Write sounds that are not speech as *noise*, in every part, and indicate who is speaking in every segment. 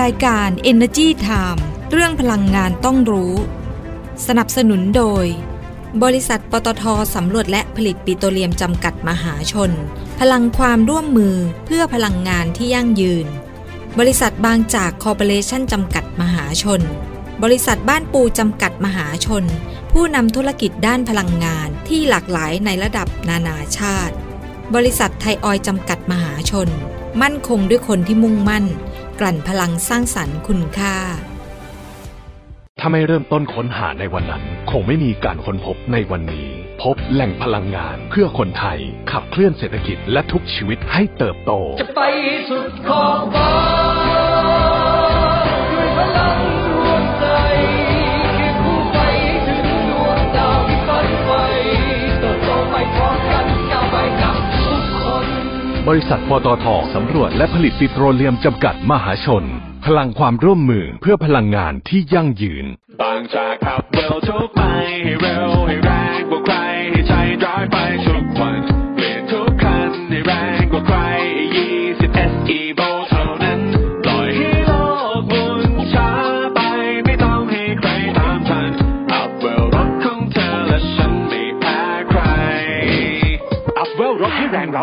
Speaker 1: รายการ Energy Time เรื่องพลังงานต้องรู้ สนับสนุนโดย บริษัทปตทสำรวจและผลิตปิโตรเลียมจำกัดมหาชน พลังความร่วมมือเพื่อพลังงานที่ยั่งยืน บริษัทบางจากคอร์ปอเรชั่นจำกัดมหาชน บริษัทบ้านปูจำกัดมหาชน ผู้นำธุรกิจด้านพลังงานที่หลากหลายในระดับนานาชาติ บริษัทไทยออยล์จำกัดมหาชน มั่นคงด้วยคนที่มุ่งมั่น กลั่นพลังสร้างสรรค์คุณค่า
Speaker 2: ถ้าไม่เริ่มต้นค้นหาในวันนั้น คงไม่มีการค้นพบในวันนี้ พบแหล่งพลังงานเพื่อคนไทย ขับเคลื่อนเศรษฐกิจและทุกชีวิตให้เติบโต
Speaker 3: จะไปสุดขอบฟ้าด้วยพลังรวมใจที่ผู้ไปถึงดวงดาวที่ฝันไฟเติบโตไปพร้อมกันก้าวไปกับทุกคน
Speaker 2: บริษัทปตทสำรวจและผลิตปิโตรเลียมจำกัดมหาชน พลังความร่วมมือเพื่อพลังงานที่ยั่งยืน
Speaker 4: บางจากขับเร็วทุกไปให้เร็วให้แรงกว่าใครให้ใช้ร้อยไปทุกวันเปลี่ยนทุกคันให้แรงกว่าใคร 20 SE v o เท่านั้นปล่อยให้โลกหมุนช้าไปไม่ต้องให้ใครตามทันอัพเวลรถของเธอและฉันไม่แพ้ใคร อัพเวลรถให้แรงเร้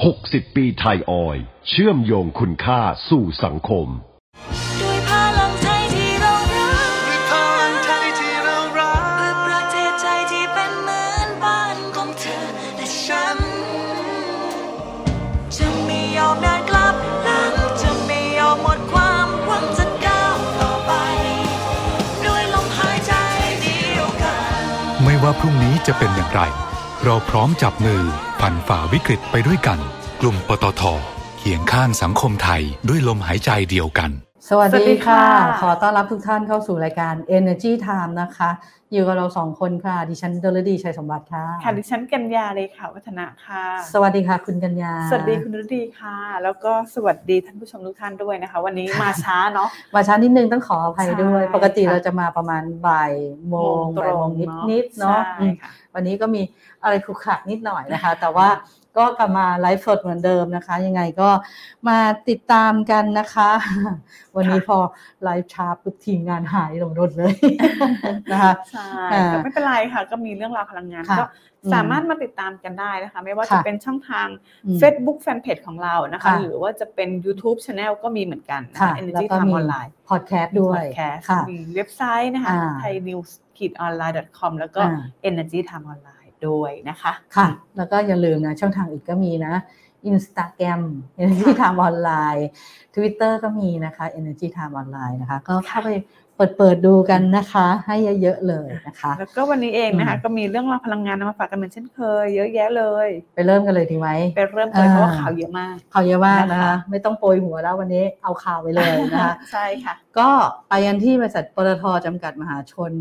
Speaker 5: 60 ปีไทยออยล์เชื่อมโยงคุณค่าสู่สังคม
Speaker 6: ด้วยพลังไทยที่เรารัก
Speaker 3: ด้วยพลังไทยที่เรารัก
Speaker 6: เพื่อประเทศไทยที่เป็นเหมือนบ้านของเธอและฉัน จะไม่ยอมเดินกลับหลัง จะไม่ยอมหมดความหวังจะก้าวต่อไป ด้วยลมหายใจเดียวกัน
Speaker 7: ไม่ว่าพรุ่งนี้จะเป็นอย่างไร เราพร้อมจับมือผ่านฝ่าวิกฤตไปด้วยกัน กลุ่มปตทเคียงข้างสังคมไทยด้วยลมหายใจเดียวกัน
Speaker 8: สวัส
Speaker 9: สวั
Speaker 8: ดีค่ะ
Speaker 9: สดีค่ะ
Speaker 8: ขอต้อนรับทุกท่านเข้าสู่รายการ Energy Time นะคะ อยู่กับเราสองคนค่ะ ดิฉันดลดีชัยสมบัติค่ะ
Speaker 9: ค่ะดิฉันกัญญาเลยค่ะ วัฒนะค่ะ
Speaker 8: สวัสดีค่ะ คุณกัญญา
Speaker 9: สวัสดีคุณรุดีค่ะ แล้วก็สวัสดีท่านผู้ชมทุกท่านด้วยนะคะ วันนี้มาช้าเนาะ
Speaker 8: มาช้านิดนึงต้องขออภัยด้วย
Speaker 9: ใช่
Speaker 8: ปกติ
Speaker 9: ค่ะ
Speaker 8: เราจะมาประมาณบ่ายโมงบ่ายโมงนิดๆเนาะ
Speaker 9: ใช่
Speaker 8: อืม
Speaker 9: ค่ะ
Speaker 8: วันนี้ก็มีอะไรขลุกขลักนิดหน่อยนะคะ แต่ว่าก็กลับมาไลฟ์สดเหมือนเดิมนะคะ ยังไงก็มาติดตามกันนะคะ *laughs* วันนี้พอไลฟ์ช้าปุ๊บทีมงานหายลงรถเลย *laughs* นะคะ
Speaker 9: ใช่
Speaker 8: อ่า
Speaker 9: แต่ไม่เป็นไรค่ะ ก็มีเรื่องราวพลังงาน
Speaker 8: ค่ะ
Speaker 9: ก็สามารถมาติดตามกันได้นะคะ ไม่ว่าจะ
Speaker 8: ค่ะ
Speaker 9: เป็นช่องทาง
Speaker 8: อืม
Speaker 9: Facebook Fanpage ของเรานะคะ
Speaker 8: ค่ะ
Speaker 9: หรือว่าจะเป็น YouTube Channel ก็มีเหมือนกันนะ
Speaker 8: ค่ะ
Speaker 9: คะ
Speaker 8: แล้ว
Speaker 9: Energy
Speaker 8: ก็
Speaker 9: Time
Speaker 8: มี
Speaker 9: Online
Speaker 8: พอดแคสต์ด้วย
Speaker 9: มี podcast
Speaker 8: ค่ะ
Speaker 9: มีเว็บไซต์นะคะ
Speaker 8: อ่า
Speaker 9: thainews-online.com แล้วก็
Speaker 8: อ่า
Speaker 9: Energy Time Online ด้วยนะคะ
Speaker 8: ค่ะ แล้วก็อย่าลืมนะ ช่องทางอื่นก็มีนะ
Speaker 9: *laughs*
Speaker 8: Instagram Energy Time Online Twitter ก็มีนะคะ Energy Time Online นะคะ ก็เข้าไปเปิดเปิดๆดูกันนะคะ ให้เยอะๆเลยนะคะ
Speaker 9: แล้วก็วันนี้เองนะคะ
Speaker 8: อืม
Speaker 9: ก็มีเรื่องราวพลังงานนำมาฝากกันเหมือนเช่นเคย เยอะแยะเลย
Speaker 8: ไปเริ่มกันเลยดีไหม
Speaker 9: ไปเริ่มเลย
Speaker 8: อ่า
Speaker 9: เพราะว่าข่าวเยอะมาก
Speaker 8: ข่าวเยอะมากนะ
Speaker 9: นะคะ
Speaker 8: คะ ไม่ต้องโปรยหัวแล้ววันนี้เอาข่าวไปเลยนะคะ
Speaker 9: ใช่ค่ะ
Speaker 8: ก็ไปกันที่บริษัทปตทจำกัดมหาชน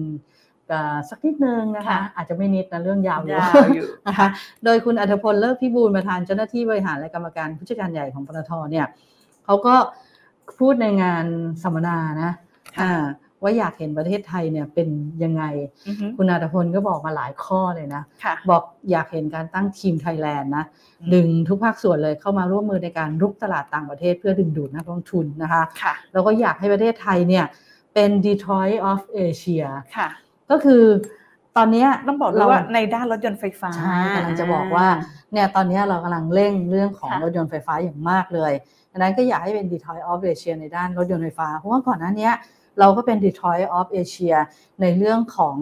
Speaker 8: เอ่อสักนิดนึงนะคะ
Speaker 9: ค่ะ
Speaker 8: อาจจะไม่นิดนะเรื่องยาวอย
Speaker 9: าวอยู่
Speaker 8: นะคะ โดยคุณอัธพลเลิศพิบูลประธานเจ้าหน้าที่บริหารและกรรมการผู้จัดการใหญ่ของปตทเนี่ยเขาก็พูดในงานสัมมนานะ
Speaker 9: ค่ะ
Speaker 8: อ่าว่าอยากเห็นประเทศไทยเนี่ยเป็นยังไง
Speaker 9: อือฮึ
Speaker 8: คุณอัธพลก็บอกมาหลายข้อเลยนะ
Speaker 9: ค่ะ
Speaker 8: บอกอยากเห็นการตั้งทีมไทยแลนด์นะ
Speaker 9: อืม
Speaker 8: ดึงทุกภาคส่วนเลยเข้ามาร่วมมือในการรุกตลาดต่างประเทศเพื่อดึงดูดนักลงทุนนะคะ
Speaker 9: ค่ะ
Speaker 8: แล้วก็อยากให้ประเทศไทยเนี่ยเป็น Detroit of Asia
Speaker 9: ค่ะ
Speaker 8: ก็คือตอนเนี้ย
Speaker 9: ต้องบอกด้วย
Speaker 8: เรา
Speaker 9: ว่าในด้านรถยนต์ไฟฟ้า
Speaker 8: ใช่กำลังจะบอกว่าเนี่ยตอนเนี้ยเรากำลังเร่งเรื่องของ
Speaker 9: ค่ะ
Speaker 8: รถยนต์ไฟฟ้าอย่างมากเลยดังนั้นก็อยากให้เป็น Detroit of Asia ในด้านรถยนต์ไฟฟ้า เพราะว่าก่อนหน้าเนี้ยเราก็เป็น Detroit of Asia ในเรื่องของ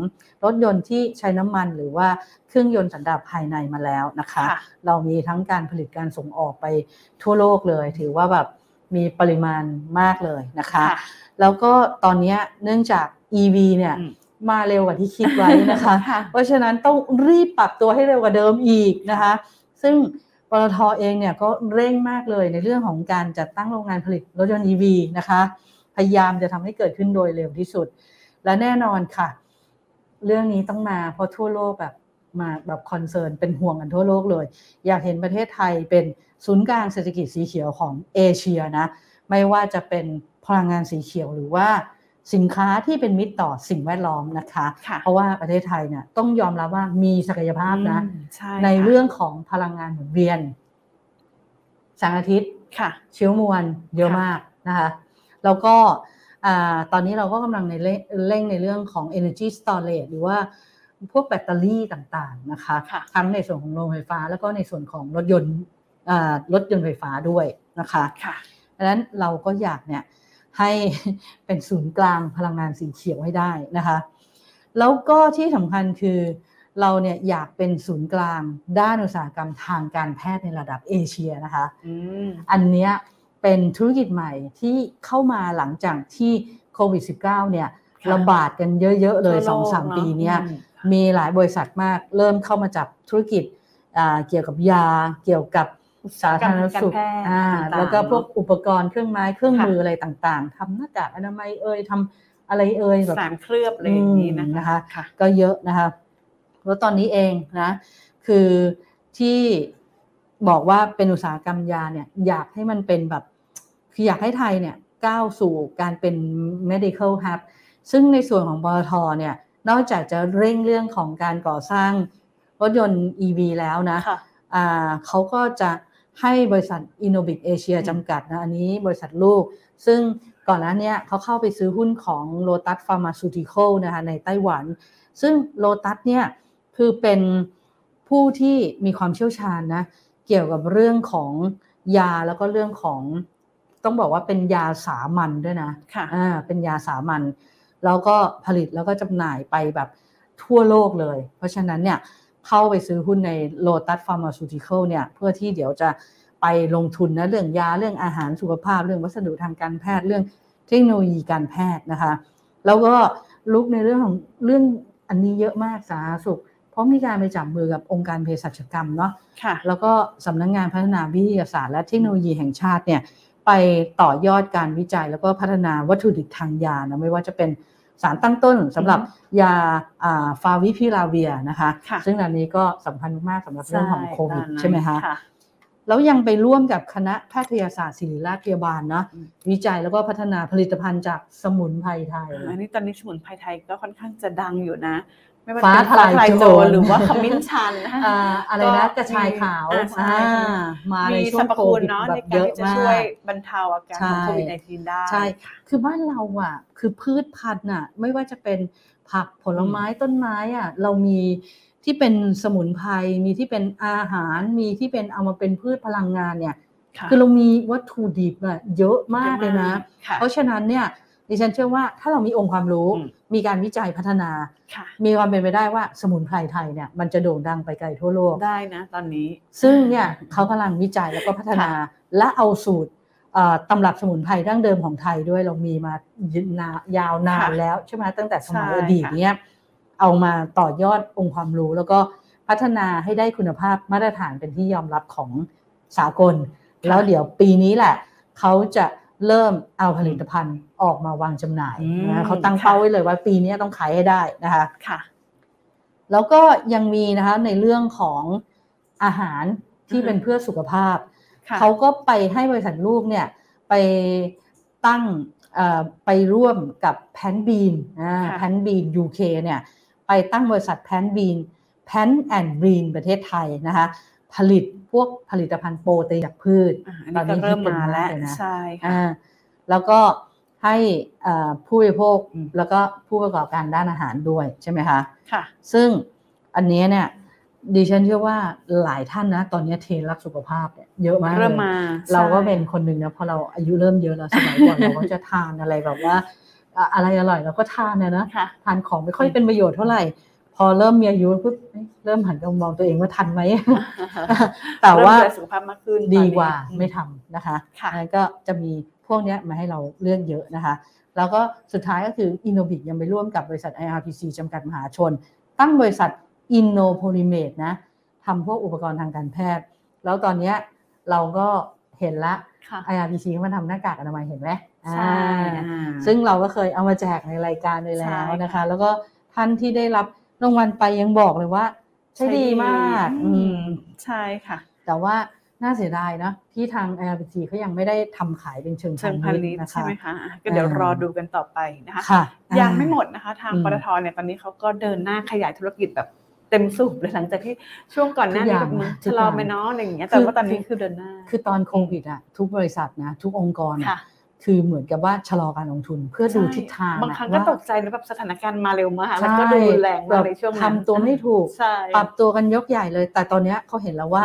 Speaker 8: รถยนต์ที่ใช้น้ำมันหรือว่าเครื่องยนต์สันดาปภายในมาแล้วนะ
Speaker 9: ค่ะ
Speaker 8: เรามีทั้งการผลิตการส่งออกไปทั่วโลกเลย ถือว่าแบบมีปริมาณมากเลยนะคะ
Speaker 9: ค่ะ
Speaker 8: แล้วก็ตอนเนี้ยเนื่องจาก EV เนี่ย
Speaker 9: อืม
Speaker 8: มาเร็วกว่าที่คิดไว้นะคะ
Speaker 9: ค่ะ
Speaker 8: เพราะฉะนั้นต้องรีบปรับตัวให้เร็วกว่าเดิมอีกนะคะ ซึ่งปตทเองเนี่ยก็เร่งมากเลยในเรื่องของการจัดตั้งโรงงานผลิตรถยนต์ EV นะคะ พยายามจะทำให้เกิดขึ้นโดยเร็วที่สุด และแน่นอนค่ะ เรื่องนี้ต้องมาเพราะทั่วโลกแบบมาแบบคอนเซิร์นเป็นห่วงกันทั่วโลกเลย อยากเห็นประเทศไทยเป็นศูนย์กลางเศรษฐกิจสีเขียวของเอเชียนะ ไม่ว่าจะเป็นพลังงานสีเขียวหรือว่าสินค้าที่เป็นมิตรต่อสิ่งแวดล้อมนะคะ
Speaker 9: ค่ะ
Speaker 8: เพราะว่าประเทศไทยเนี่ยต้องยอมรับว่ามีศักยภาพนะ
Speaker 9: อืมใช่
Speaker 8: ใน
Speaker 9: ค่ะ
Speaker 8: เรื่องของพลังงานหมุนเวียนแสงอาทิตย์
Speaker 9: ค่ะ
Speaker 8: เชื้อมวลเยอะ
Speaker 9: ค่ะ
Speaker 8: มากนะคะแล้วก็อ่าตอนนี้เราก็กำลังในเร่งเร่งในเรื่องของ energy storage หรือว่าพวกแบตเตอรี่ต่างๆนะคะ
Speaker 9: ค่ะ
Speaker 8: ทั้งในส่วนของโรงไฟฟ้า แล้วก็ในส่วนของรถยนต์อ่ารถยนต์ไฟฟ้าด้วยนะคะ
Speaker 9: ค่ะ
Speaker 8: ดังนั้นเราก็อยากเนี่ยให้ *laughs* เป็นศูนย์กลางพลังงานสีเขียวให้ได้นะคะแล้วก็ที่สำคัญคือเราเนี่ยอยากเป็นศูนย์กลางด้านอุตสาหกรรมทางการแพทย์ในระดับเอเชียนะคะ
Speaker 9: อืม
Speaker 8: อันเนี้ยเป็นธุรกิจใหม่ที่เข้ามาหลังจากที่โควิด -19 เนี่ย
Speaker 9: ค่ะ
Speaker 8: ระบาดกันเยอะๆเลย
Speaker 9: ทั่วโลก
Speaker 8: สองสาม
Speaker 9: เนอะ
Speaker 8: ปีเนี้ย
Speaker 9: อืม
Speaker 8: มีหลายบริษัทมากเริ่มเข้ามาจับธุรกิจอ่าเกี่ยวกับยา เกี่ยวกับสาธารณสุข
Speaker 9: อุตสาหกรรมการแพทย์
Speaker 8: อ่า
Speaker 9: ต่างๆ
Speaker 8: แล้วก็พวก
Speaker 9: เนอะ
Speaker 8: อุปกรณ์เครื่องไม้เครื่อง
Speaker 9: ค่ะ
Speaker 8: มืออะไรต่างๆทำหน้ากากอนามัยเอ่ยทำอะไรเอ่ยแบบ
Speaker 9: สารเคลือบอะไรอย่างนี้นะ
Speaker 8: อืมนะคะ
Speaker 9: คะค่ะ
Speaker 8: ก็เยอะนะคะ แล้วตอนนี้เองนะ คือที่บอกว่าเป็นอุตสาหกรรมยาเนี่ยอยากให้มันเป็นแบบคืออยากให้ไทยเนี่ยก้าวสู่การเป็น medical hub ซึ่งในส่วนของปตทเนี่ย นอกจากจะเร่งเรื่องของการก่อสร้างรถยนต์ EV แล้วนะ
Speaker 9: ค่ะ
Speaker 8: อ่าเขาก็จะให้บริษัท Innobic Asia จำกัดนะ อันนี้บริษัทลูก ซึ่งก่อนหน้าเนี้ยเขาเข้าไปซื้อหุ้นของ Lotus Pharmaceutical นะคะในไต้หวัน ซึ่ง Lotus เนี่ยคือเป็นผู้ที่มีความเชี่ยวชาญนะ เกี่ยวกับเรื่องของยาแล้วก็เรื่องของต้องบอกว่าเป็นยาสามัญด้วยนะ
Speaker 9: ค่ะ
Speaker 8: อ่าเป็นยาสามัญแล้วก็ผลิตแล้วก็จำหน่ายไปแบบทั่วโลกเลย เพราะฉะนั้นเนี่ยเข้าไปซื้อหุ้นใน Lotus Pharmaceutical เนี่ยเพื่อที่เดี๋ยวจะไปลงทุนนะเรื่องยาเรื่องอาหารสุขภาพ เรื่องวัสดุทางการแพทย์เรื่องเทคโนโลยีการแพทย์นะคะ แล้วก็ลุกในเรื่องของเรื่องอันนี้เยอะมากสาธารณสุข เพราะมีการไปจับมือกับองค์การเภสัชกรรมเนาะ
Speaker 9: ค่ะ
Speaker 8: แล้วก็สำนักงานพัฒนาวิทยาศาสตร์และเทคโนโลยีแห่งชาติเนี่ยไปต่อยอดการวิจัยแล้วก็พัฒนาวัตถุดิบทางยานะไม่ว่าจะเป็นสารตั้งต้นสำหรับยาฟาวิพิลาเวียนะคะ
Speaker 9: ค่ะ
Speaker 8: ซึ่งอันนี้ก็สำคัญมากๆสำหรับเรื่องของโควิดใช่ไหมคะ
Speaker 9: ค่ะ
Speaker 8: แล้วยังไปร่วมกับคณะแพทยศาสตร์ศิริราชพยาบาลเนาะ
Speaker 9: อืม
Speaker 8: วิจัยแล้วก็พัฒนาผลิตภัณฑ์จากสมุนไพรไทย
Speaker 9: อันนี้ตอนนี้สมุนไพรไทยก็ค่อนข้างจะดังอยู่นะ ไม่ว่า
Speaker 8: ฟ้า
Speaker 9: จะเป็น
Speaker 8: ทลายโจร
Speaker 9: หรือว่าขมิ้นชันนะคะ
Speaker 8: อ่าอะไรนะกระชายขาว
Speaker 9: อ่าใช่
Speaker 8: อ่ามาใน
Speaker 9: มี
Speaker 8: ช่
Speaker 9: สรง ร
Speaker 8: ว
Speaker 9: พ
Speaker 8: โค
Speaker 9: คุณ
Speaker 8: วิด
Speaker 9: เนาะ
Speaker 8: แบ
Speaker 9: ใน
Speaker 8: บ
Speaker 9: กา
Speaker 8: เย
Speaker 9: ร
Speaker 8: อะ
Speaker 9: ที่จะ
Speaker 8: มา
Speaker 9: ช่วย
Speaker 8: ก
Speaker 9: บรรเทาอาการของโควิด -19 ได้
Speaker 8: ใช่ คือบ้านเราอ่ะ คือพืชพันธุ์อ่ะ ไม่ว่าจะเป็นผักผลไม้ต้นไม้อ่ะ เรามีที่เป็นสมุนไพร มีที่เป็นอาหาร มีที่เป็นเอามาเป็นพืชพลังงานเนี่ย
Speaker 9: ค่ะ
Speaker 8: คือเรามีวัตถุดิบอ่ะเยอะมากเลยนะ
Speaker 9: ค่
Speaker 8: เพราะฉะนั้นเนี่ยดิฉันเชื่อว่าถ้าเรามีองค์ความรู้
Speaker 9: อืม
Speaker 8: มีการวิจัยพัฒนา
Speaker 9: ค่ะ
Speaker 8: มีความเป็นไปได้ว่าสมุนไพรไทยเนี่ยมันจะโด่งดังไปไกลทั่วโลก
Speaker 9: ได้นะตอนนี้
Speaker 8: ซึ่งเนี่ยเขากำลังวิจัยแล้วก็พัฒนาและเอาสูตรเอ่อตำรับสมุนไพรดั้งเดิมของไทยด้วยเรามีมานายาวนาน
Speaker 9: ค่ะ
Speaker 8: แล้วใช่ไหมตั้งแต่สมัย
Speaker 9: ใช่
Speaker 8: อดีต
Speaker 9: ค่ะ
Speaker 8: เนี่ยเอามาต่อยอดองค์ความรู้ แล้วก็พัฒนาให้ได้คุณภาพมาตรฐานเป็นที่ยอมรับของสากล แล้วเดี๋ยวปีนี้แหละ เขาจะเริ่มเอาผลิตภัณฑ์ออกมาวางจำหน่ายนะคะเขาตั้งเป้าไว้เลยว่าปีนี้ต้องขายให้ได้นะคะ
Speaker 9: ค่ะ
Speaker 8: แล้วก็ยังมีนะคะในเรื่องของอาหารที่
Speaker 9: อือฮึ
Speaker 8: เป็นเพื่อสุขภาพ
Speaker 9: ค่ะ
Speaker 8: เขาก็ไปให้บริษัทลูกเนี่ยไปตั้งเอ่อไปร่วมกับแพนบีน
Speaker 9: ค่ะ
Speaker 8: แพนบีนยูเคเนี่ยไปตั้งบริษัทแพนบีนแพนแอนด์บีนประเทศไทยนะคะผลิตพวกผลิตภัณฑ์โปรตีนจากพืช
Speaker 9: อ่ะอันนี้ก็เริ่มมาแล้ว
Speaker 8: ตอนนี้ฮิตกันมากเลยนะ
Speaker 9: ใช่ค่ะ
Speaker 8: อ่าแล้วก็ให้เอ่อผู้บริโภค
Speaker 9: อืม
Speaker 8: แล้วก็ผู้ประกอบการด้านอาหารด้วยใช่ไหมคะ
Speaker 9: ค่ะ
Speaker 8: ซึ่งอันเนี้ยเนี่ยดิฉันเชื่อว่าหลายท่านนะ ตอนเนี้ยเทรนด์รักสุขภาพเนี่ยเยอะมากลย
Speaker 9: เริ่มมา
Speaker 8: เราก็
Speaker 9: ใช่
Speaker 8: เป็นคนหนึ่งนะพอเราอายุเริ่มเยอะแล้วสมัยก่อน เราก็จะทานอะไรแบบว่าอ่ะอะไรอร่อยเราก็ทานนะนะ
Speaker 9: ค่ะ
Speaker 8: ทานของไม่ค่อยเป็นประโยชน์เท่าไหร่ พอเริ่มมีอายุปุ๊บเอ๊ะเริ่มหันกลับมองตัวเองว่าทันไหม แต่ว่า
Speaker 9: เริ่มดูแลสุขภาพมากขึ้นตอนนี้
Speaker 8: ดีกว่า
Speaker 9: อืม
Speaker 8: ไม่ทำนะคะ
Speaker 9: ค่ะ
Speaker 8: อันนั้นก็จะมีพวกเนี้ยมาให้เราเลือกเยอะนะคะ แล้วก็สุดท้ายก็คือ Innobic ยังไปร่วมกับบริษัท IRPC จำกัดมหาชน ตั้งบริษัท Innopolymer นะทำพวกอุปกรณ์ทางการแพทย์ แล้วตอนเนี้ยเราก็เห็นละ
Speaker 9: ค่ะ
Speaker 8: IRPC เขามาทำหน้ากากอนามัยเห็นไหม
Speaker 9: ใช่
Speaker 8: อ่า
Speaker 9: อ่า
Speaker 8: ซึ่งเราก็เคยเอามาแจกในรายการไปแล้
Speaker 9: ใช่
Speaker 8: ว
Speaker 9: ค่ะ
Speaker 8: นะคะ แล้วก็ท่านที่ได้รับรางวัลไปยังบอกเลยว่าใช่
Speaker 9: ใช่
Speaker 8: ดี
Speaker 9: ดี
Speaker 8: มาก
Speaker 9: อืม
Speaker 8: อืม
Speaker 9: ใช่ค่ะ
Speaker 8: แต่ว่าน่าเสียดายเนอะที่ทาง l p t เขายังไม่ได้ทำขายเป็นเชิง
Speaker 9: เชิง
Speaker 8: พา
Speaker 9: พา
Speaker 8: ณิ
Speaker 9: ณิช
Speaker 8: ชย์
Speaker 9: ย์
Speaker 8: นะ
Speaker 9: ใช่
Speaker 8: คะ
Speaker 9: ไหมคะอ่ะก็เดี๋ยวรอดูกันต่อไปนะคะ
Speaker 8: ค่ะ
Speaker 9: ยังไม่
Speaker 8: อ่า
Speaker 9: หมดนะคะ ทาง
Speaker 8: อืม
Speaker 9: ปตทเนี่ยตอนนี้เขาก็เดินหน้าขยายธุรกิจแบบเต็มสูบเลยหลังจากที่ช่วงก่อนหน้านี้
Speaker 8: ทุ
Speaker 9: ก็
Speaker 8: กอย่าง
Speaker 9: มัน
Speaker 8: นะ
Speaker 9: ชะลอ
Speaker 8: ทุกอย่าง
Speaker 9: ไปเนาะอะไรอย่างเงี้ย
Speaker 8: คือ
Speaker 9: แต่ว่าตอนนี้คือเดินหน้า
Speaker 8: คือตอนโควิดอะทุกบริษัทนะทุกองค์กรอะ
Speaker 9: ค่ะ
Speaker 8: คือเหมือนกับว่าชะลอการลงทุนเพื่อดู
Speaker 9: ใช่
Speaker 8: ทิศทาง
Speaker 9: บางครั้งก็
Speaker 8: ว่า
Speaker 9: ตกใจนะแบบสถานการณ์มาเร็วมากแล้ว
Speaker 8: ใช่
Speaker 9: ก็ดูแรงมากในช่วงนั้น
Speaker 8: ทำตัวไม่ถูก
Speaker 9: ใช่
Speaker 8: ปรับตัวกันยกใหญ่เลย แต่ตอนเนี้ยเขาเห็นแล้วว่า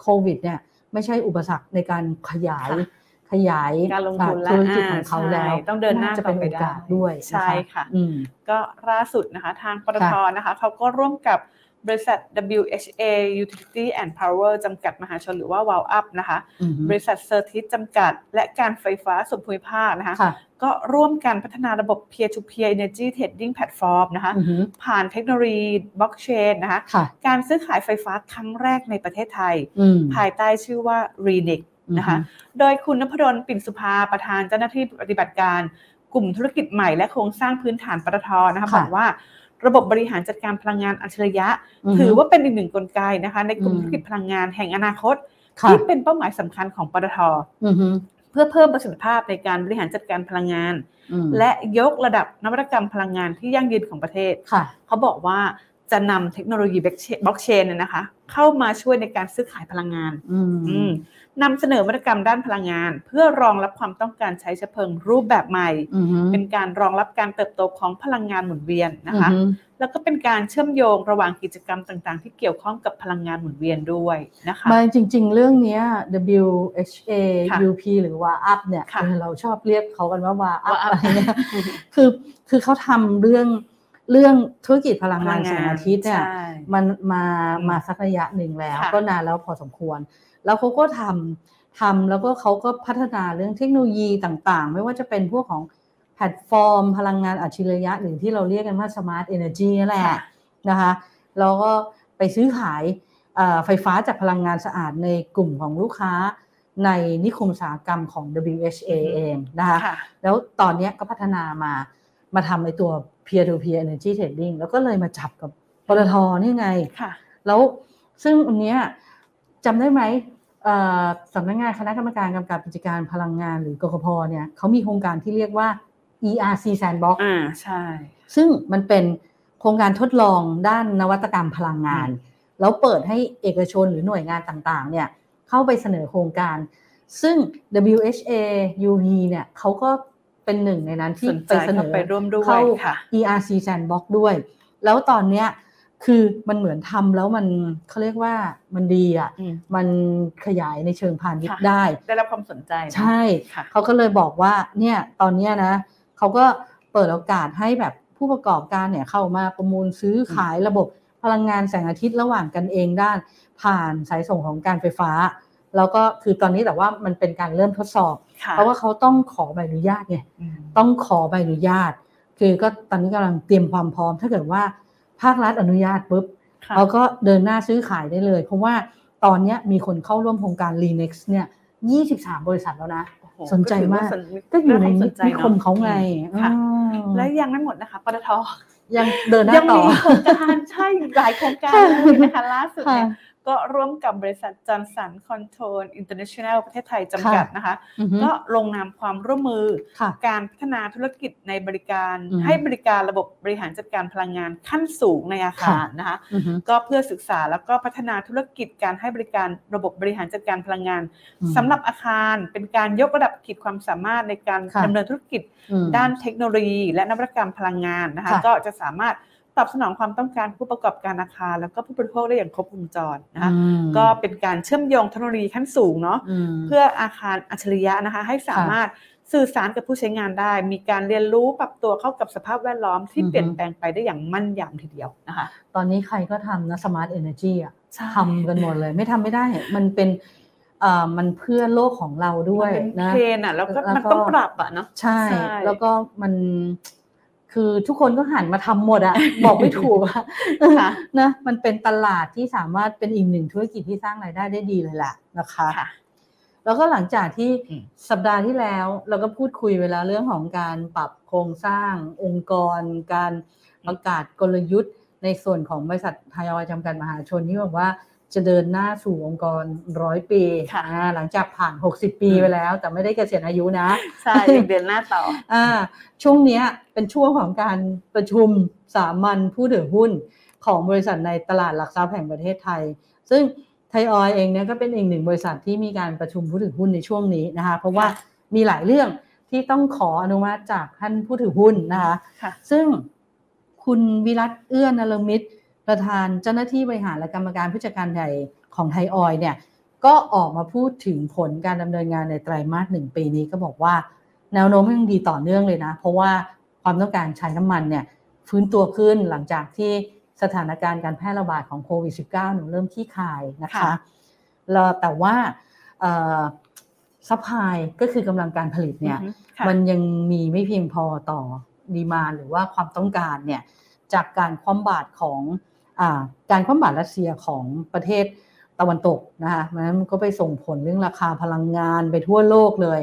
Speaker 8: โควิดเนี่ยไม่ใช่อุปสรรคในการขยาย
Speaker 9: ค่ะ
Speaker 8: ขยาย
Speaker 9: การลงทุนและ
Speaker 8: ธุรกิจของเขาแล้ว
Speaker 9: ใช่ต้องเดินหน้า
Speaker 8: จะ
Speaker 9: ต่
Speaker 8: เป็น
Speaker 9: ไป
Speaker 8: โอ
Speaker 9: ได้
Speaker 8: กาสด้วยนะคะ
Speaker 9: ใช่ค่ะ
Speaker 8: อืม
Speaker 9: ก็ล่าสุดนะคะ ทางปตทนะคะเขาก็ร่วมกับบริษัท WHA Utility and Power จำกัดมหาชนหรือว่า w o w Up นะคะ
Speaker 8: อืม
Speaker 9: บริษัทเซอร์ทิสจำกัด และการไฟฟ้าส่วนภูมิภาคนะคะ
Speaker 8: ค่ะ
Speaker 9: ก็ร่วมกันพัฒนาระบบ peer to peer energy trading platform นะคะ
Speaker 8: อือหือ
Speaker 9: ผ่านเทคโนโลยีบล็อกเชนนะคะ
Speaker 8: ค่ะ
Speaker 9: การซื้อขายไฟฟ้าครั้งแรกในประเทศไทย
Speaker 8: อืม
Speaker 9: ภายใต้ชื่อว่า RENIC นะคะ โดยคุณนพดลปิ่นสุภาประธานเจ้าหน้าที่ปฏิบัติการ กลุ่มธุรกิจใหม่และโครงสร้างพื้นฐานปตทนะคะบ
Speaker 8: ค่ะ
Speaker 9: อกว่า ระบบบริหารจัดการพลังงานอัจฉริยะ
Speaker 8: ม
Speaker 9: ถือว่าเป็นอีกหนึ่งกลไกนะคะ ในกลุ่ม
Speaker 8: อืม
Speaker 9: ธุรกิจพลังงานแห่งอนาคต
Speaker 8: ค่ะ
Speaker 9: ที่เป็นเป้าหมายสำคัญของปตท
Speaker 8: อือหือ
Speaker 9: เพื่อเพิ่มประสิทธิภาพในการบริหารจัดการพลังงาน
Speaker 8: อืม
Speaker 9: และยกระดับนวัตกรรมพลังงานที่ยั่งยืนของประเทศ
Speaker 8: ค่ะ
Speaker 9: เขาบอกว่าจะนำเทคโนโลยีบล็อกเชนเนี่ยนะคะ เข้ามาช่วยในการซื้อขายพลังงาน
Speaker 8: อืม
Speaker 9: อืมนำเสนอนวัตกรรมด้านพลังงาน เพื่อรองรับความต้องการใช้เชื้อเพลิงรูปแบบใหม่
Speaker 8: อือหือ
Speaker 9: เป็นการรองรับการเติบโตของพลังงานหมุนเวียนนะคะ
Speaker 8: อือหือ
Speaker 9: แล้วก็เป็นการเชื่อมโยงระหว่างกิจกรรมต่างๆ ที่เกี่ยวข้องกับพลังงานหมุนเวียนด้วยนะคะ
Speaker 8: มาจริง ๆ เรื่องเนี้ย WHA
Speaker 9: ค่ะ
Speaker 8: UP หรือว่า UP เนี่ย
Speaker 9: ค่ะ
Speaker 8: เออเราชอบเรียกเขากันว่า ว่า UP
Speaker 9: ว่า up
Speaker 8: อะไรเนี่ย คือคือเขาทำเรื่องเรื่องธุรกิจพลังงานแสงอาทิตย์เนี่ย
Speaker 9: ใช่
Speaker 8: มันมา
Speaker 9: อืม
Speaker 8: มาสักระยะหนึ่งแล้ว
Speaker 9: ค่ะ
Speaker 8: ก็นานแล้วพอสมควร แล้วเขาก็ทำทำแล้วก็เขาก็พัฒนาเรื่องเทคโนโลยีต่างๆ ไม่ว่าจะเป็นพวกของแพลตฟอร์ม พลังงานอัจฉริยะ หรือที่เราเรียกกันว่าสมาร์ทเอเนจีนั่นแหละ
Speaker 9: ค่ะ
Speaker 8: นะคะแล้วก็ไปซื้อขายเอ่อไฟฟ้าจากพลังงานสะอาดในกลุ่มของลูกค้าในนิคมอุตสาหกรรมของ WHA เองนะคะ
Speaker 9: ค่ะ
Speaker 8: แล้วตอนเนี้ยก็พัฒนามามาทำไอตัว peer to peer energy trading แล้วก็เลยมาจับกับปตทนี่ไง
Speaker 9: ค่ะ
Speaker 8: แล้วซึ่งอันเนี้ยจำได้ไหมเอ่อสำนักงานคณะกรรมการกำกับกิจการพลังงานหรือกกพเนี่ยเขามีโครงการที่เรียกว่า ERC Sandbox
Speaker 9: อ่า ใช่
Speaker 8: ซึ่งมันเป็นโครงการทดลองด้านนวัตกรรมพลังงาน แล้วเปิดให้เอกชนหรือหน่วยงานต่างๆเนี่ยเข้าไปเสนอโครงการ ซึ่ง WHA UP เนี่ยเขาก็เป็นหนึ่งในนั้นที่
Speaker 9: สนใจ
Speaker 8: ไปเสนอ
Speaker 9: เข้าไปร่วมด้วย
Speaker 8: เข้า
Speaker 9: ค่ะ
Speaker 8: ERC Sandbox ด้วย แล้วตอนเนี้ยคือมันเหมือนทำแล้วมันเขาเรียกว่ามันดีอ่ะ
Speaker 9: อืม
Speaker 8: มันขยายในเชิงพาณิชย์
Speaker 9: ค่ะ
Speaker 8: ได้
Speaker 9: ได้รับความสนใจนะ
Speaker 8: ใช่
Speaker 9: ค่ะ
Speaker 8: เขาก็เลยบอกว่าเนี่ยตอนเนี้ยนะเขาก็เปิดโอกาสให้แบบผู้ประกอบการเนี่ยเข้ามาประมูลซื้อขายระบบพลังงานแสงอาทิตย์ระหว่างกันเองด้าน ผ่านสายส่งของการไฟฟ้า แล้วก็คือตอนนี้แต่ว่ามันเป็นการเริ่มทดสอบ
Speaker 9: ค่ะ
Speaker 8: เพราะว่าเขาต้องขอใบอนุญาตไง
Speaker 9: อืม
Speaker 8: ต้องขอใบอนุญาต คือก็ตอนนี้กำลังเตรียมความพร้อม ถ้าเกิดว่าภาครัฐอนุญาตปุ๊บ
Speaker 9: ค่ะ
Speaker 8: เราก็เดินหน้าซื้อขายได้เลย เพราะว่าตอนเนี้ยมีคนเข้าร่วมโครงการ l e n e x เนี่ย 23 บริษัทแล้วนะ
Speaker 9: โอ้โห
Speaker 8: สนใจ
Speaker 9: ถืว่
Speaker 8: มาก
Speaker 9: ส
Speaker 8: ก็อยู่ใน
Speaker 9: าส
Speaker 8: นิ
Speaker 9: ใจ
Speaker 8: นิ
Speaker 9: อะ
Speaker 8: คมเขาไง
Speaker 9: อืมค่ะ
Speaker 8: อืม
Speaker 9: และยังไม่หมดนะคะปตท
Speaker 8: ยังเดินห
Speaker 9: ยั
Speaker 8: น้าง ต่อ
Speaker 9: มีโครงการใช่หลายโครงการเลยนะคะล่าสุดเนี่ยก็ร่วมกับบริษัทจอ h สั o คอนโทรลอินเตอร์เนชั่นแนลประเทศไทยจำกัดนะคะ
Speaker 8: อือฮึ
Speaker 9: ก็ลงนามความร่วมมือ
Speaker 8: ค่ะ
Speaker 9: การพัฒนาธุรกิจในบริการ
Speaker 8: อืม
Speaker 9: ให้บริการระบบบริหารจัดการพลังงานขั้นสูงในอาคาร
Speaker 8: ค่ะ
Speaker 9: นะคะ
Speaker 8: อือฮึ
Speaker 9: ก็เพื่อศึกษาแล้วก็พัฒนาธุรกิจการให้บริการระบบบริหารจัดการพลังงานสำหรับอาคารเป็นการยกระดับขีดความสามารถในการดำเนินธุรกิจ
Speaker 8: อืม
Speaker 9: ด้านเทคโนโลยีและนวัตกรรมพลังงานนะคะ
Speaker 8: ค่ะ
Speaker 9: ก็จะสามารถตอบสนองความต้องการผู้ประกอบการอาคาร แล้วก็ผู้บริโภคได้อย่างครบวงจรนะคะ
Speaker 8: อืม
Speaker 9: ก็เป็นการเชื่อมโยงเทคโนโลยีขั้นสูงเนาะ
Speaker 8: ม
Speaker 9: เพื่ออาคารอัจฉริยะนะคะ ให้สามารถสื่อสารกับผู้ใช้งานได้ มีการเรียนรู้ปรับตัวเข้ากับสภาพแวดล้อมที่
Speaker 8: อือฮึ
Speaker 9: เปลี่ยนแปลงไปได้อย่างมั่นยำทีเดียวนะคะ
Speaker 8: ตอนนี้ใครก็ทำนะสมาร์ทเอเนจีอะ
Speaker 9: ใช่
Speaker 8: ทำกันหมดเลย ไม่ทำไม่ได้ มันเป็นเอ่อมันเพื่อโลกของเราด้วย
Speaker 9: มันเป็น
Speaker 8: นะ
Speaker 9: เทรนด์อ่ะแล้วก็
Speaker 8: แล้วก็
Speaker 9: มันต้องปรับอ่ะเนาะ
Speaker 8: ใช่
Speaker 9: ใช่
Speaker 8: แล้วก็มันคือทุกคนก็หันมาทำหมดอะ *laughs* บอกไม่ถูกอะ
Speaker 9: ค่ะ
Speaker 8: *laughs* นะมันเป็นตลาดที่สามารถเป็นอีกหนึ่งธุรกิจที่สร้างรายได้ได้ดีเลยล่ะนะคะ
Speaker 9: ค่ะ
Speaker 8: แล้วก็หลังจากที่
Speaker 10: อืม
Speaker 8: สัปดาห์ที่แล้ว เราก็พูดคุยเวแลาเรื่องของการปรับโครงสร้างองค์กร การประกาศกลยุทธ์ ในส่วนของบริษัทไทยออยล์จำกัดมหาชนที่บอกว่าจะเดินหน้าสู่องค์กรร้อยปี
Speaker 9: ค่ะ
Speaker 8: อ่าหลังจากผ่าน 60 ปีไปแล้ว แต่ไม่ได้เกษียณอายุนะ
Speaker 9: ใช่ยังเดินหน้าต่อ
Speaker 8: อ่าช่วงเนี้ยเป็นช่วงของการประชุมสามัญผู้ถือหุ้นของบริษัทในตลาดหลักทรัพย์แห่งประเทศไทย ซึ่งไทยออยเองเนี่ยก็เป็นอีกหนึ่งบริษัทที่มีการประชุมผู้ถือหุ้นในช่วงนี้นะคะเพราะว่ามีหลายเรื่องที่ต้องขออนุมัติจากท่านผู้ถือหุ้นนะคะ
Speaker 9: ค่ะ
Speaker 8: ซึ่งคุณวิรัตเอื้อนรมิตรประธานเจ้าหน้าที่บริหารและกรรมการผู้จัดการใหญ่ของไทยออยล์เนี่ยก็ออกมาพูดถึงผลการดำเนินงานในไตรมาสหนึ่งปีนี้ก็บอกว่า แนวโน้มยังดีต่อเนื่องเลยนะ เพราะว่าความต้องการใช้น้ำมันเนี่ยฟื้นตัวขึ้นหลังจากที่สถานการณ์การแพร่ระบาดของโควิด -19 หนูเริ่มที่คลายนะคะ
Speaker 9: ค่ะ
Speaker 8: แล้วแต่ว่าซัพพลายก็คือกำลังการผลิตเนี่ย
Speaker 9: อือฮึค่ะ
Speaker 8: มันยังมีไม่เพียงพอต่อดีมานหรือว่าความต้องการเนี่ยจากการคว่ำบาตรของอาการคว่ำบาตรรัสเซียของประเทศตะวันตกนะคะเพราะฉะนั้นมันก็ไปส่งผลเรื่องราคาพลังงานไปทั่วโลกเลย